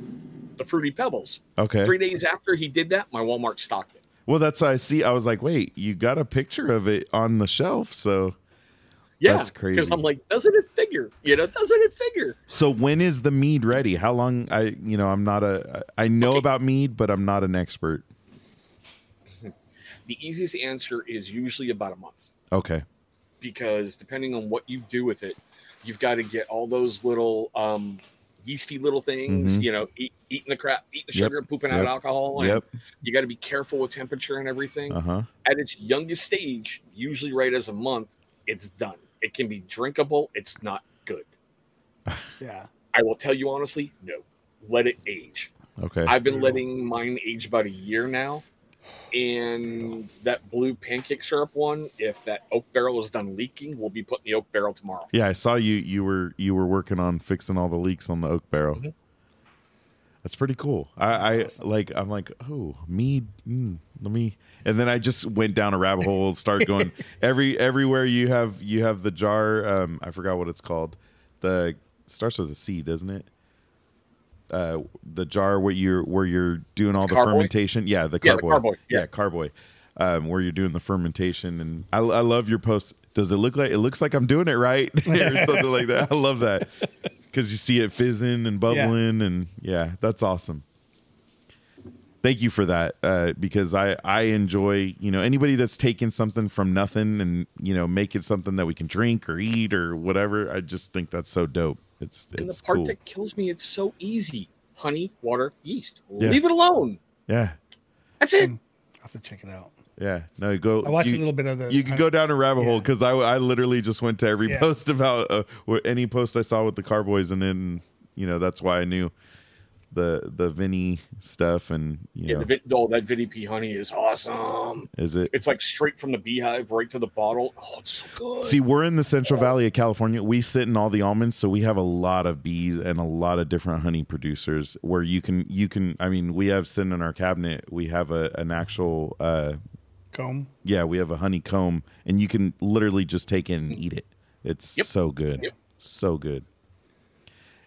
S3: the fruity pebbles.
S2: okay
S3: Three days after he did that, my Walmart stocked it.
S2: well that's what i see i was like wait you got a picture of it on the shelf so
S3: Yeah,
S2: That's
S3: Because
S2: crazy.
S3: I'm like, doesn't it figure? You know, doesn't it figure?
S2: so when is the mead ready how long i you know i'm not a i know
S3: Okay.
S2: about mead but i'm not an expert
S3: the easiest answer is usually about a month
S2: okay
S3: because depending on what you do with it, you've got to get all those little um, yeasty little things,
S2: Mhm.
S3: you know, eat, eating the crap, eating the
S2: Yep,
S3: sugar, pooping
S2: yep,
S3: out alcohol. And
S2: yep
S3: You got to be careful with temperature and everything.
S2: uh-huh
S3: At its youngest stage, usually right as a month, it's done. It can be drinkable. It's not good.
S1: Yeah.
S3: I will tell you honestly, no. Let it age.
S2: Okay.
S3: I've been letting mine age about a year now. And that blue pancake syrup one, if that oak barrel is done leaking, we'll be putting the oak barrel tomorrow.
S2: yeah, I saw you. You were you were working on fixing all the leaks on the oak barrel.
S3: Mm-hmm.
S2: That's pretty cool. I, I like. I'm like, oh, mead. Mm, let me. And then I just went down a rabbit hole. Start
S3: [laughs]
S2: going every everywhere you have you have the jar. Um, I forgot what it's called. The starts with a C, doesn't it? Uh, the jar where you're where you're doing all the
S3: Carboy?
S2: fermentation. Yeah, the
S3: Yeah, the
S2: carboy.
S3: carboy,
S2: Yeah,
S3: yeah.
S2: carboy. Um, where you're doing the fermentation, and I, I love your post. Does it look like it looks like I'm doing it right [laughs] or
S1: [laughs]
S2: something like that? I love that because you see it fizzing and bubbling, and yeah, that's awesome thank you for that uh, because I I enjoy you know anybody that's taking something from nothing and you know making something that we can drink or eat or whatever. I just think that's so dope. It's
S3: and the
S2: it's
S3: part
S2: cool.
S3: that kills me, it's so easy. Honey, water, yeast.
S2: Yeah.
S3: Leave it alone.
S2: yeah
S3: That's it.
S1: I have to check it out.
S2: yeah no go.
S1: I watched
S2: you,
S1: a little bit of the.
S2: You can go down a rabbit hole
S1: Yeah.
S2: because I I literally just went to every
S1: Yeah.
S2: post [laughs] about uh, wh- any post I saw with the carboys and then you know that's why I knew the the Vinny stuff and you
S3: Yeah,
S2: know
S3: the vin- oh, that VDP honey is awesome.
S2: is it
S3: It's like straight from the beehive right to the bottle. Oh, it's so good.
S2: See, we're in the Central Valley of California. We sit in all the almonds, so we have a lot of bees and a lot of different honey producers. Where you can, you can. I mean, we have sitting in our cabinet. We have a an actual, uh,
S1: comb.
S2: yeah, we have a honeycomb, and you can literally just take it and eat it. It's
S3: Yep.
S2: so good,
S3: Yep.
S2: so good.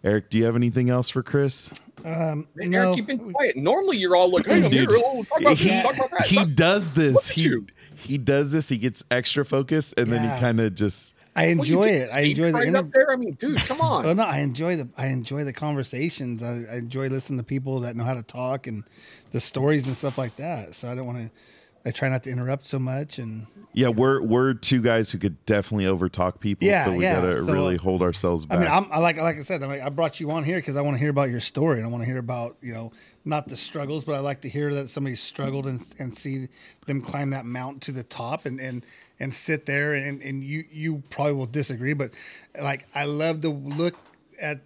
S2: Eric, do you have anything else for Chris?
S1: Um,
S3: Man,
S1: no,
S3: Eric, you've been quiet. Normally, you're all like, hey, I'm
S2: Dude,
S3: here. Oh, talk about
S2: he,
S3: this, talk about that.
S2: he does this.
S3: Look at
S2: He
S3: you.
S2: he does this. He gets extra focused, and then
S1: Yeah.
S2: he kind of just
S1: I
S3: What, you
S1: enjoy
S3: get
S1: it. I
S3: steam
S1: enjoy the
S3: right
S1: interview.
S3: up there. I mean, dude, come on.
S1: Oh no, I enjoy the I enjoy the conversations. I, I enjoy listening to people that know how to talk and the stories and stuff like that. So I don't want to. I try not to interrupt so much, and
S2: Yeah, we're we're two guys who could definitely overtalk people,
S1: Yeah,
S2: so we
S1: yeah,
S2: gotta
S1: so-
S2: really hold ourselves
S1: I
S2: back.
S1: mean, I'm I like like I said, I'm like, I brought you on here because I want to hear about your story and I want to hear about you know not the struggles, but I like to hear that somebody struggled and and see them climb that mountain to the top and and and sit there and and you you probably will disagree, but like I love to look at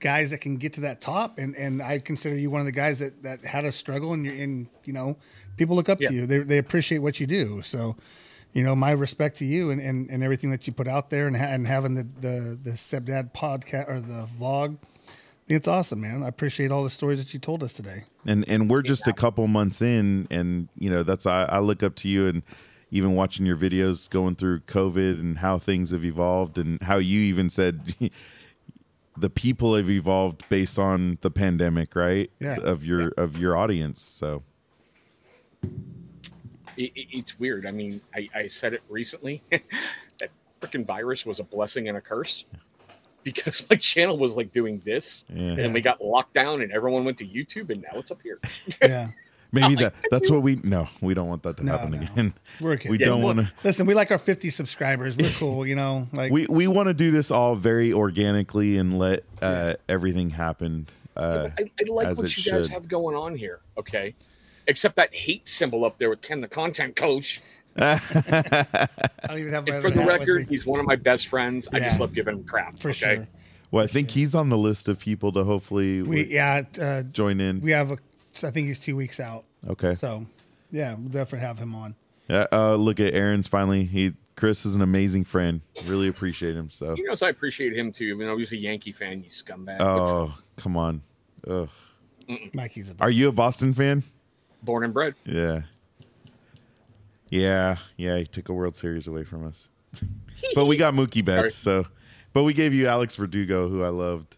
S1: guys that can get to that top and and I consider you one of the guys that that had a struggle and you're in you know people look up
S3: Yeah.
S1: to you they, they appreciate what you do so you know my respect to you and and, and everything that you put out there and, ha- and having the the the stepdad podcast or the vlog it's awesome man I appreciate all the stories that you told us
S3: [laughs]
S1: today
S2: and and we're just a couple months in, and you know that's I, I look up to you, and even watching your videos going through COVID and how things have evolved, and how you even said [laughs] the people have evolved based on the pandemic, right?
S1: Yeah.
S2: Of your of your audience, so
S3: it, it- it's weird. I mean, I, I said it recently [laughs] that freaking virus was a blessing and a curse because my channel was like doing this,
S2: yeah.
S3: and then we got locked down, and everyone went to YouTube, and now it's up here.
S1: yeah
S2: Maybe that that's what we no, we don't want that to
S1: No,
S2: happen
S1: no.
S2: again. [laughs]
S1: we're okay
S2: We don't
S1: Well,
S2: want to.
S1: listen we like our 50 subscribers we're cool you know like
S2: we we want to do this all very organically and let uh, everything happen. Uh,
S3: I,
S2: [laughs]
S3: I like
S2: as
S3: what
S2: it
S3: you guys
S2: should.
S3: have going on here. Okay. Except that hate symbol up there with Ken, the content coach.
S1: I don't even have my
S3: And
S1: other
S3: for the
S1: hat with
S3: record,
S1: me.
S3: he's one of my best friends. I
S1: Yeah.
S3: just love giving him crap.
S1: for
S3: okay?
S1: sure
S2: well, I think he's on the list of people to hopefully
S1: we yeah uh,
S2: join in.
S1: we have a, I think he's two weeks out
S2: okay.
S1: So, yeah, we'll definitely have him on.
S2: Yeah, uh, look at Aaron's finally. He Chris is an amazing friend. Really appreciate him. So
S3: He knows I appreciate him too, even though he's a Yankee fan, you scumbag. It's
S2: oh come on. Ugh.
S1: Mikey's a
S2: Are you a Boston fan?
S3: born and bred.
S2: Yeah. Yeah, yeah, he took a World Series away from
S3: [laughs]
S2: us. but we got Mookie Betts, so but we gave you Alex Verdugo, who I loved.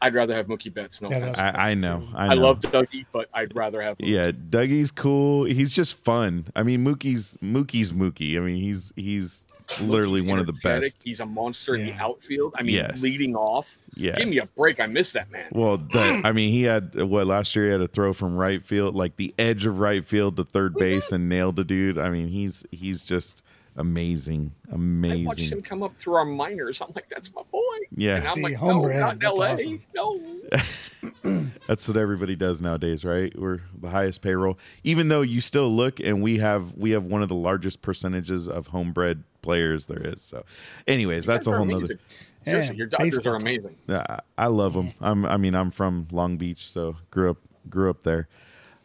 S3: I'd rather have Mookie Betts. No
S1: Yeah,
S3: offense.
S1: that's-
S2: I, I know. I,
S3: I
S2: know.
S3: love Dougie, but I'd rather have. Mookie.
S2: Yeah, Dougie's cool. He's just fun. I mean, Mookie's Mookie's Mookie. I mean, he's he's literally
S3: He's
S2: one of the
S3: energetic.
S2: best.
S3: He's a monster in the
S1: Yeah.
S3: outfield. I mean,
S2: Yes.
S3: leading off.
S2: Yes.
S3: Give me a break. I miss that man. [clears throat]
S2: Well, the, I mean, he had what last year he had a throw from right field, like the edge of right field to
S3: Mm-hmm.
S2: third base, and nailed a dude. I mean, he's he's just amazing,
S3: I watched him
S2: amazing.
S3: come up through our minors. I'm like, that's my boy.
S2: Yeah.
S3: And I'm
S1: See,
S3: like,
S1: homebred,
S3: no, not in
S1: that's
S3: LA.
S1: awesome.
S3: No.
S2: That's what everybody does nowadays, right? We're the highest payroll, even though you still look and we have we have one of the largest percentages of homebred players there is. So, anyways, that's a
S3: They're
S2: whole
S3: amazing.
S2: nother.
S3: Seriously,
S1: Yeah,
S3: your doctors
S1: baseball.
S3: are amazing.
S2: Yeah, I I love them. I'm, I mean, I'm from Long Beach, so grew up grew up there.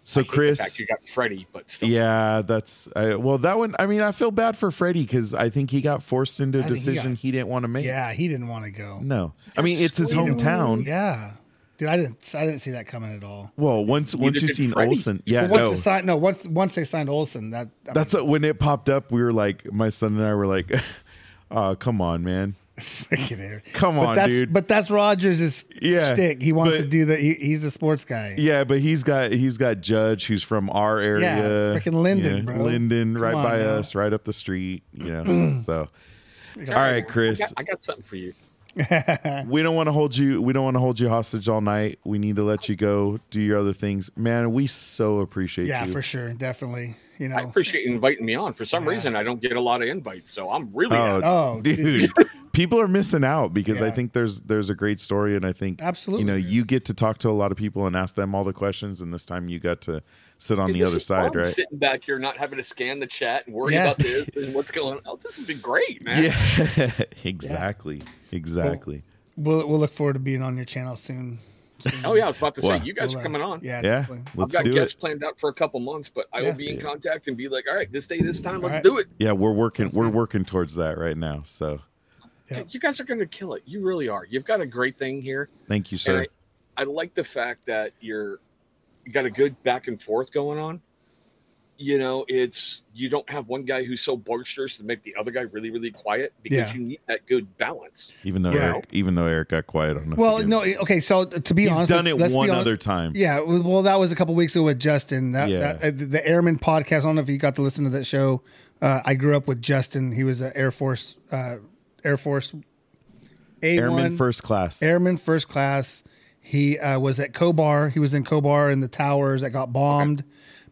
S2: So
S3: In fact,
S2: Chris,
S3: you got Freddy, but still.
S2: yeah, that's uh, well. That one, I mean, I feel bad for Freddie because I think he got forced into a
S1: think he
S2: decision
S1: got-
S2: he, didn't want to make.
S1: Yeah, he didn't want to go.
S2: No, I mean it's his
S1: He didn't-
S2: hometown.
S1: Yeah, dude, I didn't. I didn't see that coming at all.
S2: Well, once once
S3: Neither
S2: you've
S3: did
S2: seen
S3: Freddie.
S2: Olson, yeah,
S1: But once
S2: no,
S1: the sign, no, once once they signed Olsen, that I
S2: that's what, when it popped up. We were like, my son and I were like, [laughs] "Oh, come on,
S1: mean,
S2: man."
S1: freaking there.
S2: Come
S1: but
S2: on,
S1: that's,
S2: dude.
S1: But that's Rogers'
S2: Yeah,
S1: shtick. He wants
S2: but-
S1: to do that. He, he's a sports guy.
S2: Yeah, but he's got he's got Judge, who's from our area.
S1: Yeah, frickin' Linden, bro.
S2: Linden,
S1: Come
S2: right
S1: on
S2: by
S1: now.
S2: us, right up the street. You
S1: [clears throat]
S2: know, so
S3: It's
S2: All right, Chris.
S3: I got, I got something for you.
S2: we don't want to hold you. We don't want to hold you hostage all night. We need to let you go, do your other things, man. We so appreciate
S1: Yeah,
S2: you.
S1: for sure, definitely. You
S3: I
S1: know,
S3: appreciate you inviting me on. For some reason, I don't get a lot of invites, so I'm really. happy.
S1: Oh,
S2: [laughs] dude. People are missing out because I
S1: Yeah.
S2: think there's there's a great story, and I think
S1: Absolutely
S2: you know,
S1: there
S2: you get to talk to a lot of people and ask them all the questions, and this time you got to sit on
S3: Dude,
S2: the
S3: this
S2: other
S3: is
S2: side,
S3: fun,
S2: right?
S3: Sitting back here, not having to scan the chat and worry
S1: Yeah.
S3: about this and what's going on. Oh, this has been great,
S1: [laughs]
S3: man.
S2: Yeah, [laughs] exactly, exactly.
S1: we'll we'll look forward to being on your channel soon. Soon.
S3: Oh yeah, I was about to say
S2: Wow.
S3: you guys
S1: We'll,
S3: are
S1: uh,
S3: coming on.
S1: Yeah,
S2: yeah,
S1: definitely.
S2: let's
S3: I've got
S2: do
S3: guests
S2: it.
S3: planned out for a couple months, but I
S1: Yeah.
S3: will be in contact and be like, all right, this day, this time, let's
S1: right.
S3: do it.
S2: Yeah, we're working.
S1: Sounds
S2: We're
S1: good.
S2: working towards that right now. So
S1: Yeah.
S3: You guys are going to kill it. You really are. You've got a great thing here.
S2: thank you,
S3: And
S2: sir.
S3: I, I like the fact that you're you got a good back and forth going on. You know, it's you don't have one guy who's so boisterous to make the other guy really, really quiet because
S1: Yeah.
S3: you need that good balance.
S2: even though
S1: Yeah.
S2: Eric, even though Eric got quiet on. us
S1: Well,
S2: again.
S1: no, okay. So to be
S2: he's
S1: honest,
S2: done it
S1: let's- let's be
S2: one
S1: honest-
S2: other time.
S1: Yeah, well, that was a couple weeks ago with Justin. That,
S2: Yeah.
S1: that uh, the Airman podcast. I don't know if you got to listen to that show. Uh, I grew up with Justin. He was an Air Force, uh, Air Force, A
S2: Airman
S1: one
S2: first class.
S1: Airman first class. He uh, was at Cobar. He was in Cobar in the towers that got bombed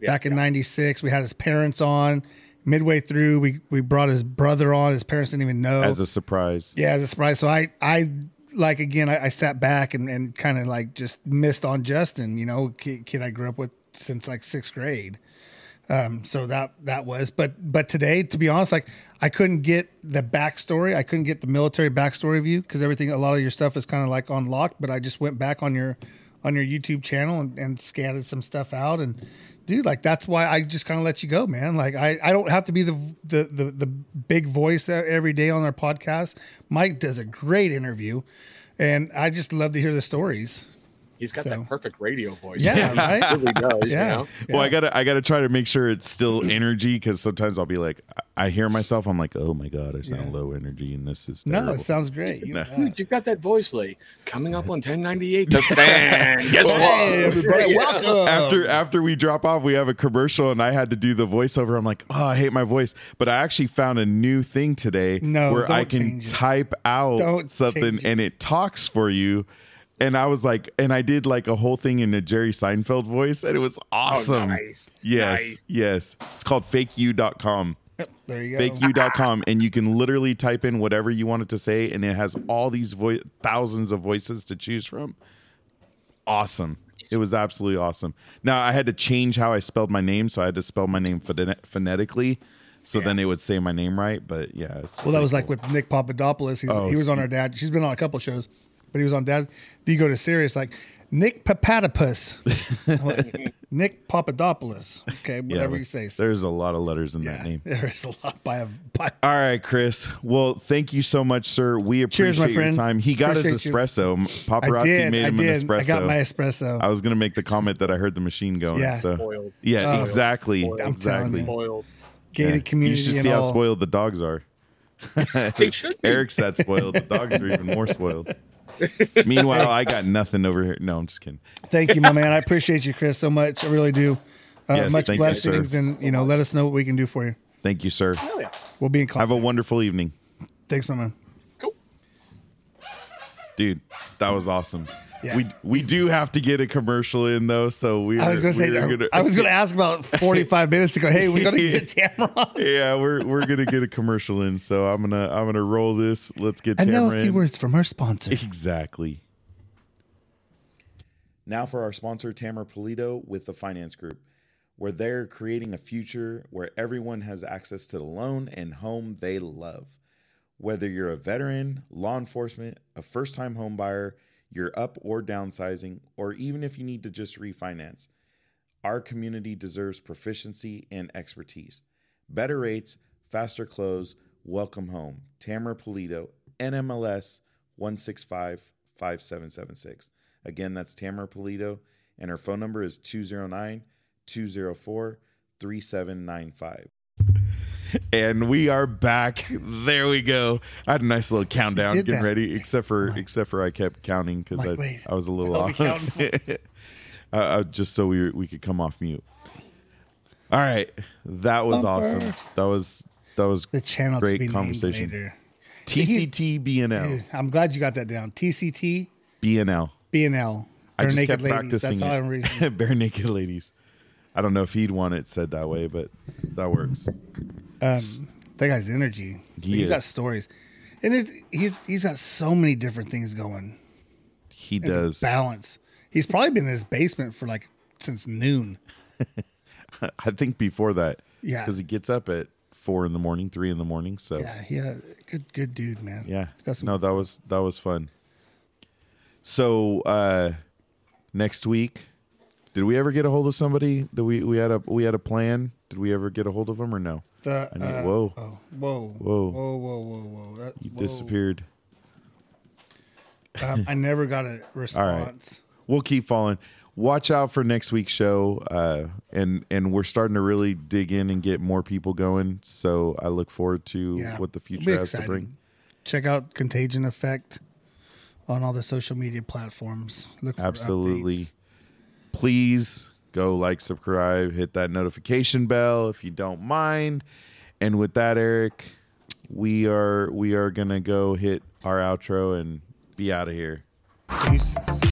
S1: back in '96. We had his parents on. Midway through, we we brought his brother on. His parents didn't even know.
S2: as a surprise.
S1: Yeah, as a surprise. So I, I like again, I, I sat back and, and kind of like just missed on Justin, you know, kid, kid I grew up with since like sixth grade. Um, so that that was, but but today, to be honest, like I couldn't get the backstory. I couldn't get the military backstory of you because everything, a lot of your stuff is kind of like on lock. But I just went back on your on your YouTube channel and, and scattered some stuff out. And dude, like that's why I just kind of let you go, man. Like I, I don't have to be the, the the the big voice e- every day on our podcast. Mike does a great interview, and I just love to hear the stories.
S3: He's got
S1: So-
S3: that perfect radio voice.
S1: Yeah,
S3: He [laughs]
S1: right. [laughs]
S3: really does. you
S1: Yeah.
S3: know?
S2: Well, I gotta I gotta try to make sure it's still energy because sometimes I'll be like I I hear myself. I'm like, oh my god, I sound low energy, and this is
S1: No,
S2: terrible.
S1: it sounds great. You- uh,
S3: Dude, you've got that voice, Lee. Coming up on 1098, the [laughs] fan. Guess what?
S1: Hey,
S2: [laughs]
S1: everybody,
S3: [laughs] Yeah.
S1: welcome.
S2: after after we drop off, we have a commercial, and I had to do the voiceover. I'm like, oh, I hate my voice, but I actually found a new thing today
S1: No,
S2: where I
S1: don't
S2: can
S1: change it.
S2: type out
S1: Don't
S2: something
S1: change it.
S2: and it talks for you. And I was like, and I did like a whole thing in a Jerry Seinfeld voice, and it was
S1: Oh,
S2: awesome.
S3: nice.
S2: Yes,
S3: Nice.
S2: yes. It's called fakeyou.com.
S1: There you go.
S2: Fakeyou.com, and you can literally type in whatever you want it to say, and it has all these voi- thousands of voices to choose from. Awesome. It was absolutely awesome. Now I had to change how I spelled my name, so I had to spell my name phone- phonetically, so then it would say my name right. But yeah, it's
S1: Well, that was like with Nick Papadopoulos. He's,
S2: Oh,
S1: he was on our dad. She's been on a couple shows, but he was on dad. If you go to Sirius, like Nick
S2: [laughs]
S1: Papadopoulos, I'm like, Nick Papadopoulos. Okay,
S2: yeah,
S1: whatever
S2: but
S1: you say. So,
S2: There's a lot of letters in
S1: yeah,
S2: that name.
S1: [laughs] there is a lot by a by.
S2: All right, Chris. Well, thank you so much, sir. We appreciate
S1: Cheers, my
S2: your
S1: friend.
S2: time. He got his
S1: Appreciate you.
S2: espresso. Paparazzi
S1: I did.
S2: made
S1: I
S2: him
S1: did.
S2: an espresso.
S1: I got my espresso.
S2: I was gonna make the comment that I heard the machine going.
S1: Yeah.
S2: so-
S3: Spoiled.
S2: yeah,
S1: Oh.
S2: exactly,
S3: Spoiled.
S1: I'm telling
S2: exactly.
S1: you.
S3: Spoiled.
S1: Gated
S2: Yeah.
S1: community.
S2: You should
S1: and
S2: see how
S1: all.
S2: spoiled the dogs are.
S3: They should be.
S2: Eric's that spoiled. The dogs are even more spoiled. Meanwhile, I got nothing over here. No, I'm just kidding.
S1: Thank you, my man.
S2: [laughs]
S1: I appreciate you, Chris, so much. I really do. Uh,
S2: Yes,
S1: much
S2: thank you, sir.
S1: blessings, and you know, let us know what we can do for you.
S2: Thank you, sir.
S3: Hell yeah.
S1: We'll be in
S2: Have
S1: contact.
S2: a wonderful evening,
S1: Thanks, my man.
S3: Cool.
S2: dude. That was awesome.
S1: Yeah.
S2: We we do have to get a commercial in though, so we.
S1: I
S2: are-
S1: was gonna say,
S2: we are
S1: I was gonna ask about 45 minutes ago. Hey, we gotta get Tamara on.
S2: [laughs] Yeah, we're we're gonna get a commercial in, so I'm gonna I'm gonna roll this. Let's get.
S1: And now
S2: Tamara
S1: a few
S2: in.
S1: words from our
S2: [laughs]
S1: sponsor.
S2: Exactly. Now for our sponsor, Tamara Polito with the Finance Group, where they're creating a future where everyone has access to the loan and home they love. Whether you're a veteran, law enforcement, a first time home buyer, you're up or downsizing, or even if you need to just refinance. Our community deserves proficiency and expertise. Better rates, faster close. Welcome home. Tamara Polito, NMLS 1655776. Again, that's Tamara Polito, and her phone number is 209 204 3795. And we are back. There we go. I had a nice little countdown
S1: You did
S2: getting
S1: that.
S2: ready, except for except for I kept counting because
S1: Like,
S2: I,
S1: wait.
S2: I was a little
S1: I'll be
S2: off. uh, [laughs] uh, just so we we could come off mute. All right, that was awesome. That was that
S1: [laughs]
S2: was
S1: The channel
S2: Great
S1: to be named
S2: conversation.
S1: later.
S2: TCT BNL
S1: I'm glad you got that down. TCT
S2: BNL.
S1: BNL.
S2: I
S1: Bare
S2: just
S1: naked
S2: kept
S1: ladies.
S2: practicing
S1: That's all I'm
S2: it. [laughs]
S1: reading.
S2: Bare naked ladies. I don't know if he'd want it said that way, but that works.
S1: Um, that guy's energy.
S2: He
S1: He has got
S2: is.
S1: stories, and it, he's he's got so many different things going.
S2: He does.
S1: Balance. He's probably been in his basement for like since noon.
S2: I think before that.
S1: Yeah.
S2: Because he gets up at four in the morning, three in the morning. So yeah.
S1: Yeah, yeah. Good, good dude, man. Got some,
S2: no, that was that was fun. So uh next week, did we ever get a hold of somebody? Did we we had a we had a plan? Did we ever get a hold of them or no?
S1: the,
S2: I need-
S1: uh,
S2: whoa.
S1: oh, whoa,
S2: Whoa.
S1: whoa, whoa, whoa, whoa. That,
S2: You
S1: whoa.
S2: disappeared.
S1: Um, I never got a response.
S2: we'll keep following. Watch out for next week's show, uh, and and we're starting to really dig in and get more people going. So I look forward to
S1: Yeah,
S2: what the
S1: it'll be
S2: future has to
S1: exciting.
S2: bring.
S1: Check out Contagion Effect on all the social media platforms. Look for
S2: Absolutely,
S1: updates.
S2: please go like, subscribe, hit that notification bell if you don't mind. And with that, Eric, we are we are gonna go hit our outro and be out of here.
S1: Deuces.